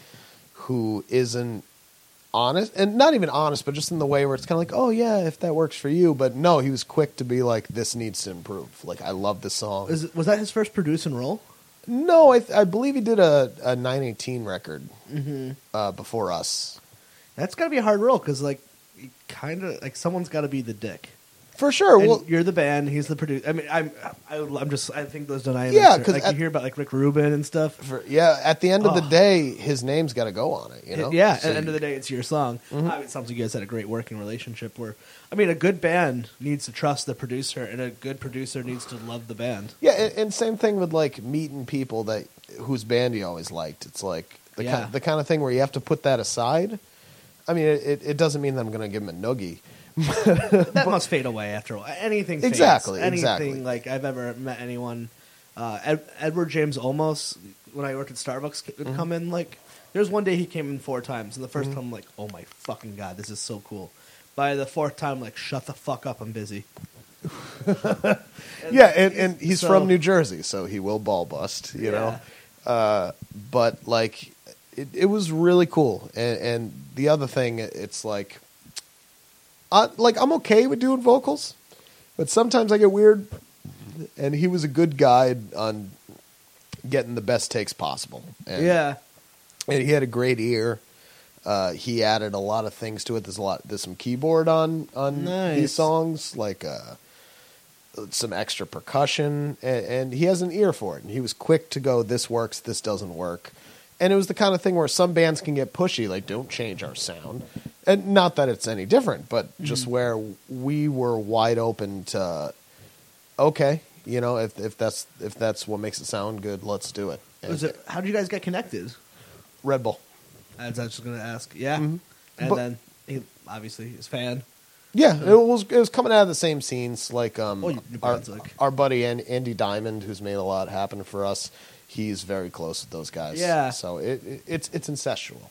who isn't honest and not even honest but just in the way where it's kind of like oh yeah if that works for you but no he was quick to be like this needs to improve like i love this song Is, it- was that his first producing role? No, I, th- I believe he did a, a 918 record Mm-hmm. uh, before us. That's got to be a hard role because, like, kind of like someone's got to be the dick. For sure. And well, you're the band. He's the producer. I mean, I'm, I, I'm just, I think those deniers. Yeah, Yeah, 'cause because like, at- you hear about like Rick Rubin and stuff. for, yeah, at the end of the Oh. day, his name's got to go on it, you Mm-hmm. know? yeah, So at the end of the day, it's your song. I mean, it sounds like you guys had a great working relationship. Where, I mean, a good band needs to trust the producer, and a good producer needs to love the band. Yeah, and, and same thing with like meeting people that whose band you always liked. It's like the, Yeah. kind, the kind of thing where you have to put that aside. I mean, it, it, it doesn't mean that I'm going to give him a noogie. that must fade away after a while. Anything fades. Exactly, Anything exactly. like I've ever met anyone. Uh, Ed- Edward James almost when I worked at Starbucks c- would Mm-hmm. come in like there's one day he came in four times and the 1st time I'm like oh my fucking god this is so cool. By the fourth time like shut the fuck up I'm busy. yeah, and, and he's so- from New Jersey, so he will ball bust, you know? Uh, but like it, it was really cool and, and the other thing it's like I, like i'm okay with doing vocals but sometimes i get weird and he was a good guide on getting the best takes possible and, yeah. and he had a great ear uh, he added a lot of things to it there's a lot there's some keyboard on on Nice. these songs like uh, some extra percussion and, and he has an ear for it and he was quick to go this works this doesn't work and it was the kind of thing where some bands can get pushy like don't change our sound and not that it's any different but Mm-hmm. just where we were wide open to okay you know if, if that's if that's what makes it sound good let's do it and Was it, how did you guys get connected? red bull As I was just gonna ask. Yeah. And Mm-hmm. But- then he obviously his fan. Yeah, it was it was coming out of the same scenes. Like um, Oh, you- New our, Brunswick. our buddy and Andy Diamond, who's made a lot happen for us. He's very close with those guys. Yeah. so it, it it's it's incestual.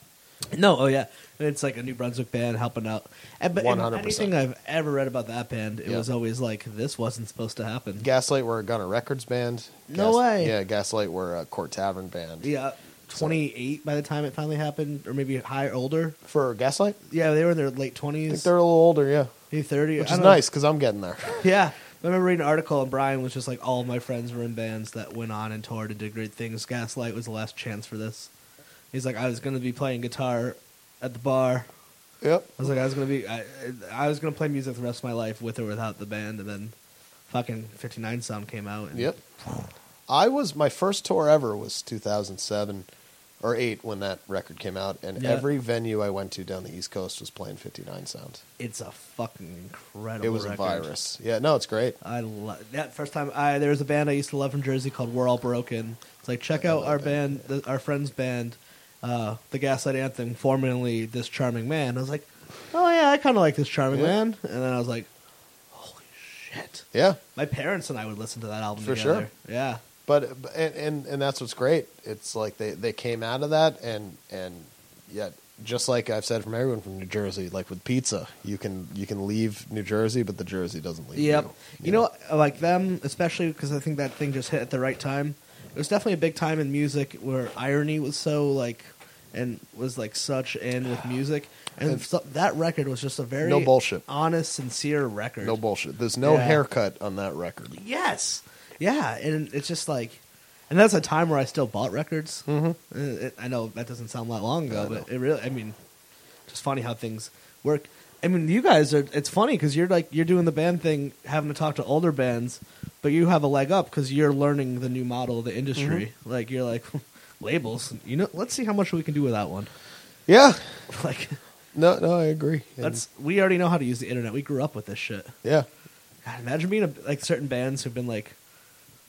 No, oh yeah, and it's like a New Brunswick band helping out. And, but in 100%. anything I've ever read about that band, it Yeah. was always like this wasn't supposed to happen. Gaslight were a Gunner Records band. No way. Yeah, Gaslight were a Court Tavern band. Yeah, twenty eight by the time it finally happened, or maybe higher, older. for Gaslight, Yeah, they were in their late I think twenties, they're a little older. Yeah, maybe thirty, which I is don't know. nice because I'm getting there. Yeah, I remember reading an article and Brian was just like, all of my friends were in bands that went on and toured and did great things. Gaslight was the last chance for this. He's like, I was going to be playing guitar at the bar. yep. I was like, I was gonna be, I, I was gonna play music the rest of my life with or without the band, and then fucking 59 song came out. and- Yep. I was my first tour ever was 2007 or 8 when that record came out and Yeah. every venue I went to down the East Coast was playing 59 Sound. It's a fucking incredible It was record. a virus. Yeah, no, it's great. I love that first time. I there was a band I used to love from Jersey called We're All Broken. It's like check I out love our that band, the, our friend's band, uh, the Gaslight Anthem, formerly this charming man. I was like, oh yeah, I kind of like this charming Yeah. man. And then I was like, holy shit! Yeah. My parents and I would listen to that album For together. Yeah, But and, and and that's what's great. It's like they they came out of that and and yet just like I've said from everyone from New Jersey, like with pizza, you can you can leave New Jersey, but the Jersey doesn't leave. Yep. You, You, know, what, like them, especially because I think that thing just hit at the right time. It was definitely a big time in music where irony was so like, and was like such in with music, and, And- so, that record was just a very No bullshit. honest, sincere record. no bullshit. There's no Yeah. haircut on that record. Yes. Yeah, and it's just like, and that's a time where I still bought records. Mm-hmm. I know that doesn't sound that long ago, I but know. it really, I mean, just funny how things work. I mean, you guys are. It's funny because you're like you're doing the band thing, having to talk to older bands, but you have a leg up because you're learning the new model of the industry. Mm-hmm. Like you're like labels. You know, let's see how much we can do without one. Yeah. Like No, no, I agree. And- that's we already know how to use the internet. We grew up with this shit. yeah. God, imagine being a, like certain bands who've been like,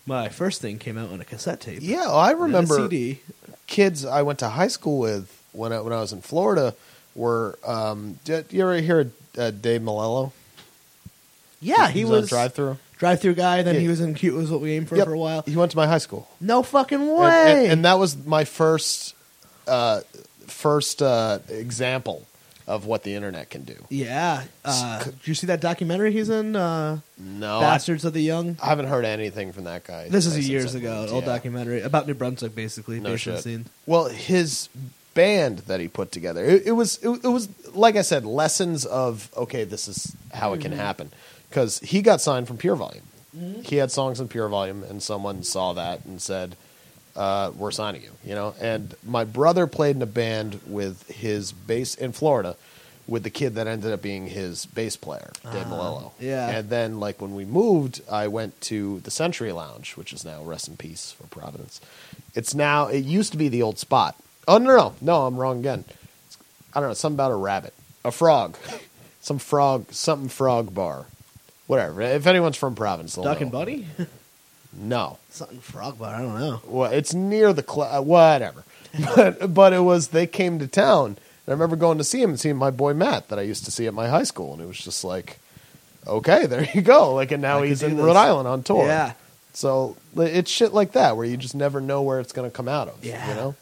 my first thing came out on a cassette tape. Yeah, well, I and then remember a CD. kids I went to high school with when I, when I was in Florida were um did you ever hear of, uh, Dave Malello? Yeah, he was drive through. drive through guy. Then Yeah. he was in Cute was what we aimed for Yep. for a while. He went to my high school. No fucking way. And, and, and that was my first uh first uh example of what the internet can do. yeah. Uh, did you see that documentary he's in? Uh, No. Oh, I- Bastards of the Young. I haven't heard anything from that guy. This is since years I ago, an moved, old yeah. documentary about New Brunswick, basically. No based on shit. Scene. Well, his band that he put together, it, it was it, it was like I said, lessons of okay, this is how it can Mm-hmm. happen because he got signed from Pure Volume. He had songs in Pure Volume, and someone saw that and said, uh, "We're signing you." You know, and my brother played in a band with his bass in Florida. With the kid that ended up being his bass player, Dave Malello. Ah, yeah. And then, like, when we moved, I went to the Century Lounge, which is now rest in peace for Providence. It's now, it used to be the old spot. Oh, no, no, no, I'm wrong again. It's- I don't know, something about a rabbit, a frog, some frog, something frog bar. Whatever. If anyone's from Providence, they'll Duck and know. Buddy? No. Something Frog Bar. I don't know. Well, it's near the cl- uh, whatever. But but it was they came to town. And I remember going to see him and seeing my boy Matt that I used to see at my high school, and it was just like, okay, there you go. Like, and now I he's could do in this. Rhode Island on tour. Yeah. So li- it's shit like that where you just never know where it's going to come out of. Yeah. You know,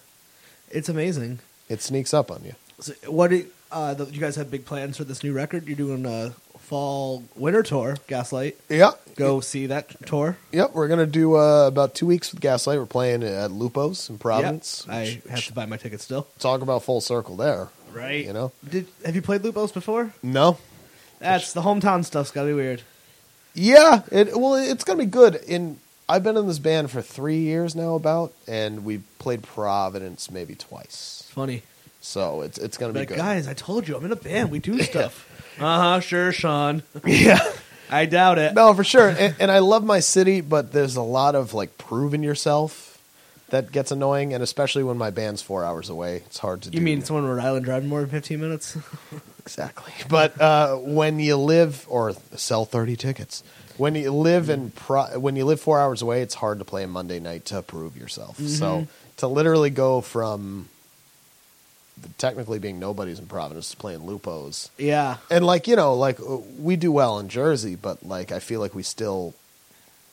It's amazing. it sneaks up on you. So what do uh, the, you guys have big plans for this new record? You're doing a fall winter tour, Gaslight. Yeah. Go see that tour. Yep. We're gonna do uh, about two weeks with Gaslight. We're playing at Lupo's in Providence. Yep. I have to buy my ticket still. talk about full circle there. Right. You know. Did have you played Lupos before? No. That's the hometown stuff's gotta be weird. Yeah, it well, it's gonna be good. In I've been in this band for three years now, about, and we played Providence maybe twice. It's funny. So it's it's gonna be Like good. guys, I told you I'm in a band. We do stuff. uh huh. Sure, Sean. yeah, I doubt it. no, for sure. And, and I love my city, but there's a lot of like proving yourself that gets annoying, and especially when my band's four hours away, it's hard to. You do. mean someone in Rhode Island driving more than 15 minutes? Exactly. But uh, when you live or sell thirty tickets, when you live Mm-hmm. in pro- when you live four hours away, it's hard to play a Monday night to prove yourself. Mm-hmm. So to literally go from technically being nobody's in Providence to playing Lupos, yeah. and like you know, like uh, we do well in Jersey, but like I feel like we still.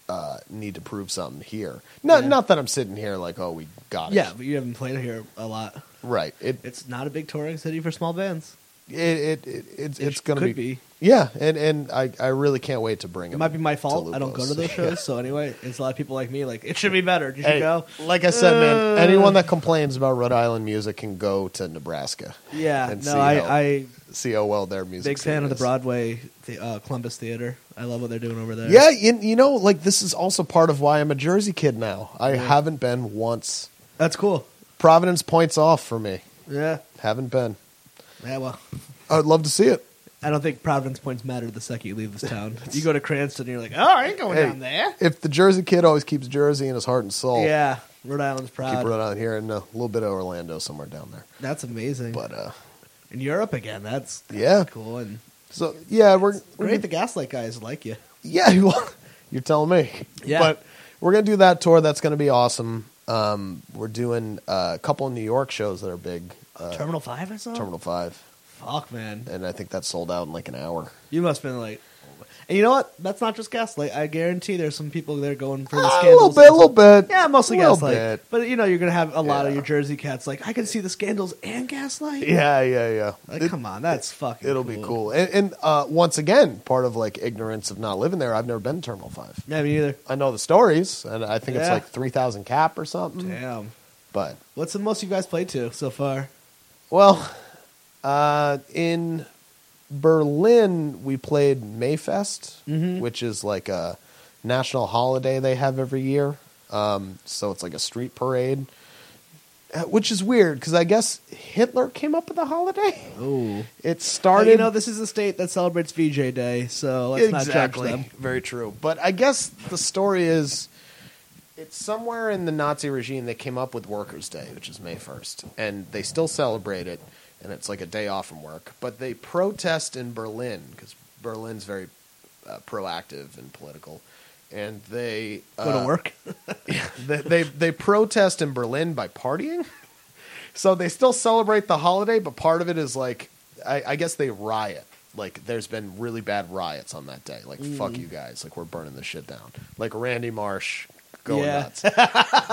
Uh, need to prove something here. Not, Yeah. not that I'm sitting here like, oh, we got it. Yeah, but you haven't played here a lot. right. It, It's not a big touring city for small bands. it, it, it it's, It it's gonna could be. Yeah, and and I, I really can't wait to bring It might be my fault. I don't go Lupus. to those shows. So anyway, it's a lot of people like me. Like it should be better. You should Hey, go. like I said, man, Uh. anyone that complains about Rhode Island music can go to Nebraska. Yeah. and No, see I, how- I See how well their music. big fan scene of the is. Broadway, the uh, Columbus Theater. I love what they're doing over there. Yeah, you, you know, like this is also part of why I'm a Jersey kid now. I haven't been once. that's cool. Providence points off for me. Yeah. Haven't been. Yeah. Well, I'd love to see it. I don't think Providence points matter the second you leave this town. you go to Cranston, and you're like, oh, I ain't going Hey. down there. If the Jersey kid always keeps Jersey in his heart and soul, Yeah, uh, Rhode Island's Oh. keep proud. Rhode Island here and a little bit of Orlando somewhere down there. That's amazing. But uh, in Europe again, that's, that's Yeah. Mm-hmm. cool and so yeah, we're great. The Gaslight guys like you. Yeah, you are. You're telling me. Yeah. But we're gonna do that tour. That's gonna be awesome. Um, we're doing uh, a couple of New York shows that are big. Uh, Terminal Five or something. Terminal Five, Fuck, man. and I think that sold out in like an hour. You must have been like, and you know what? That's not just Gaslight. I guarantee there's some people there going for the Ah, a little scandals. bit, a little bit. Yeah, mostly Little Gaslight. bit. But you know, you're gonna have a lot of Yeah. your Jersey cats like, I can see the scandals and Gaslight. Yeah, yeah, yeah. Like, It- come on, that's fucking. It'll be cool. And, and uh, once again, part of like ignorance of not living there. I've never been to Terminal Five. Yeah, me either. I know the stories, and I think it's Yeah. like three thousand cap or something. Damn. But What's the most you guys played to so far? Well, uh, in Berlin, we played Mayfest, Mhm. which is like a national holiday they have every year. Um, so it's like a street parade, uh, which is weird because I guess Hitler came up with the holiday. Oh, started. It started. you know, this is a state that celebrates VJ Day, so let's not judge them. Very true. But I guess the story is it's somewhere in the Nazi regime they came up with Workers' Day, which is May 1st, and they still celebrate it, and it's like a day off from work. But they protest in Berlin because Berlin's very uh, proactive and political. And they Go to uh, work. they, they they protest in Berlin by partying. So they still celebrate the holiday, but part of it is like I, I guess they riot. Like there's been really bad riots on that day. Like Mm. fuck you guys. Like we're burning this shit down. Like Randy Marsh going Yeah. nuts.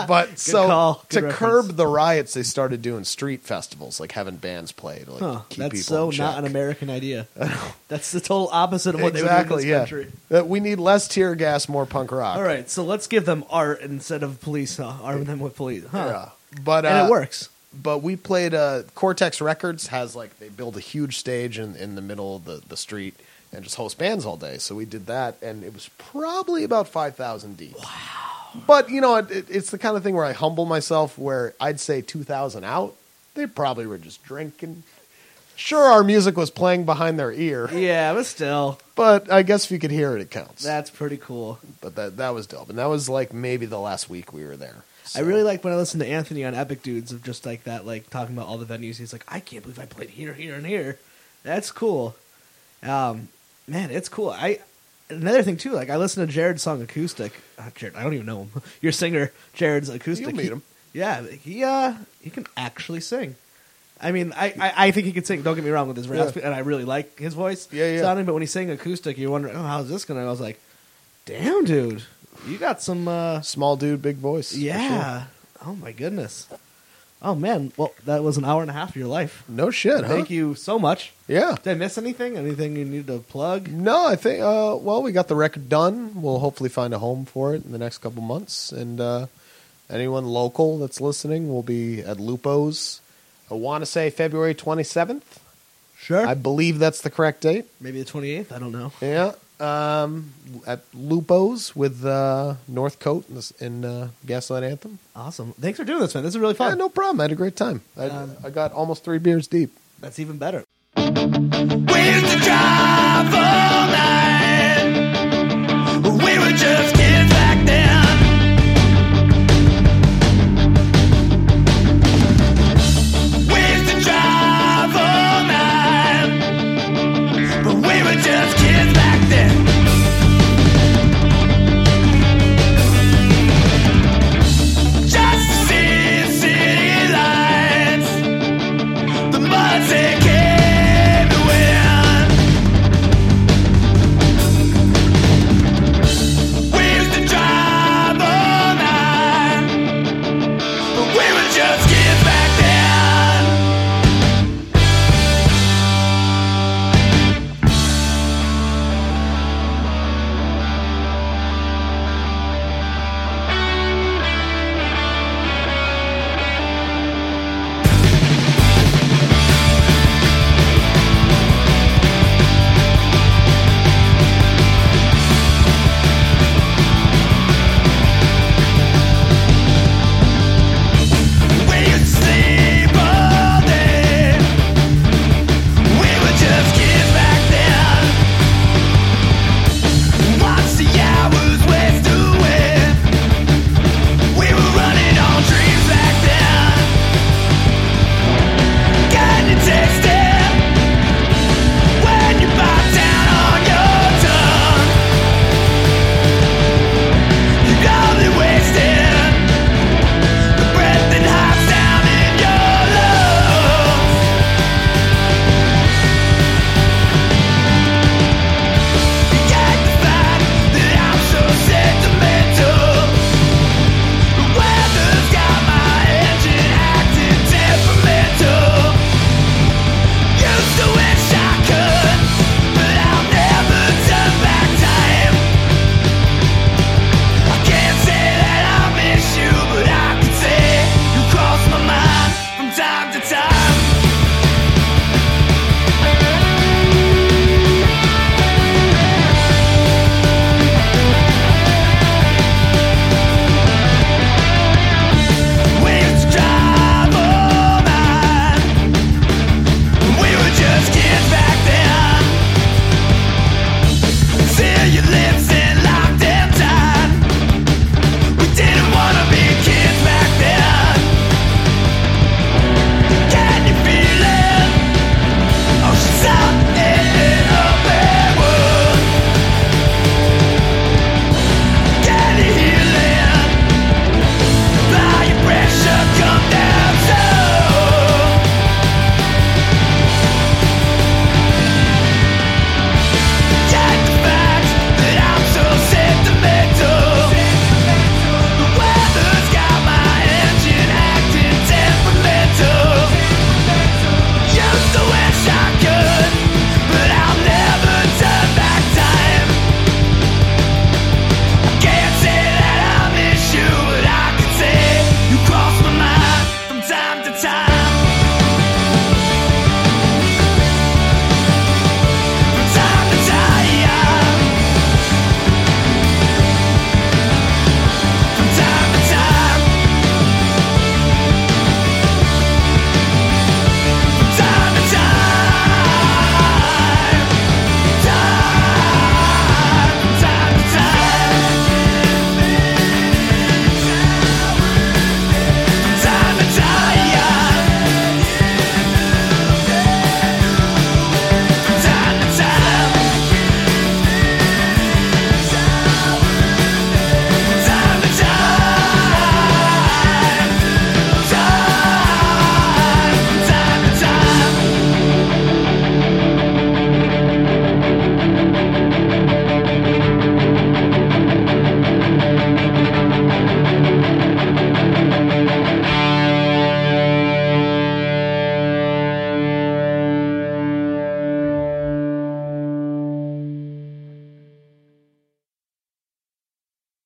But so call. to Good reference. curb the riots, they started doing street festivals, like having bands play to like Huh, keep that's people so in not check. an American idea. That's the total opposite of what exactly. they would do in Yeah, this country. That we need less tear gas, more punk rock. All right, so let's give them art instead of police, huh? arm them with police. Huh. Yeah. But and uh, it works. but we played uh cortex records has like they build a huge stage in, in the middle of the, the street and just host bands all day so we did that and it was probably about 5000 deep wow but you know it, it, it's the kind of thing where i humble myself where i'd say 2000 out they probably were just drinking sure our music was playing behind their ear Yeah, but still, but i guess if you could hear it it counts that's pretty cool. but that, that was dope and that was like maybe the last week we were there I So- really like when I listen to Anthony on Epic Dudes of just like that, like talking about all the venues. He's like, I can't believe I played here, here, and here. That's cool. Um, man, it's cool. I another thing too. Like I listen to Jared's song acoustic. Uh, Jared, I don't even know him. Your singer, Jared's acoustic. You'll meet He- him. yeah, he uh, he can actually sing. I mean, I, I, I think he could sing. Don't get me wrong with his raspy, and I really like his voice. Yeah, yeah. Sounding, but when he's singing acoustic, you're wondering, oh, how's this gonna? I was like, damn, dude, you got some. Uh, small dude big voice for sure. yeah. Oh my goodness. Oh man. Well, that was an hour and a half of your life. no shit huh? Thank you so much. yeah Did I miss anything? Anything you need to plug? No, I think. Uh, well, we got the record done. We'll hopefully find a home for it in the next couple months. And uh, anyone local that's listening will be at Lupo's. I want to say February twenty seventh. Sure. I believe that's the correct date. Maybe the twenty eighth. I don't know. Yeah, um, at Lupo's with uh, Northcote and, this- and uh, Gaslight Anthem. Awesome. Thanks for doing this, man. This is really Yeah, fun. no problem. I had a great time. I, Um, I got almost three beers deep. That's even better. Wait to drive all night.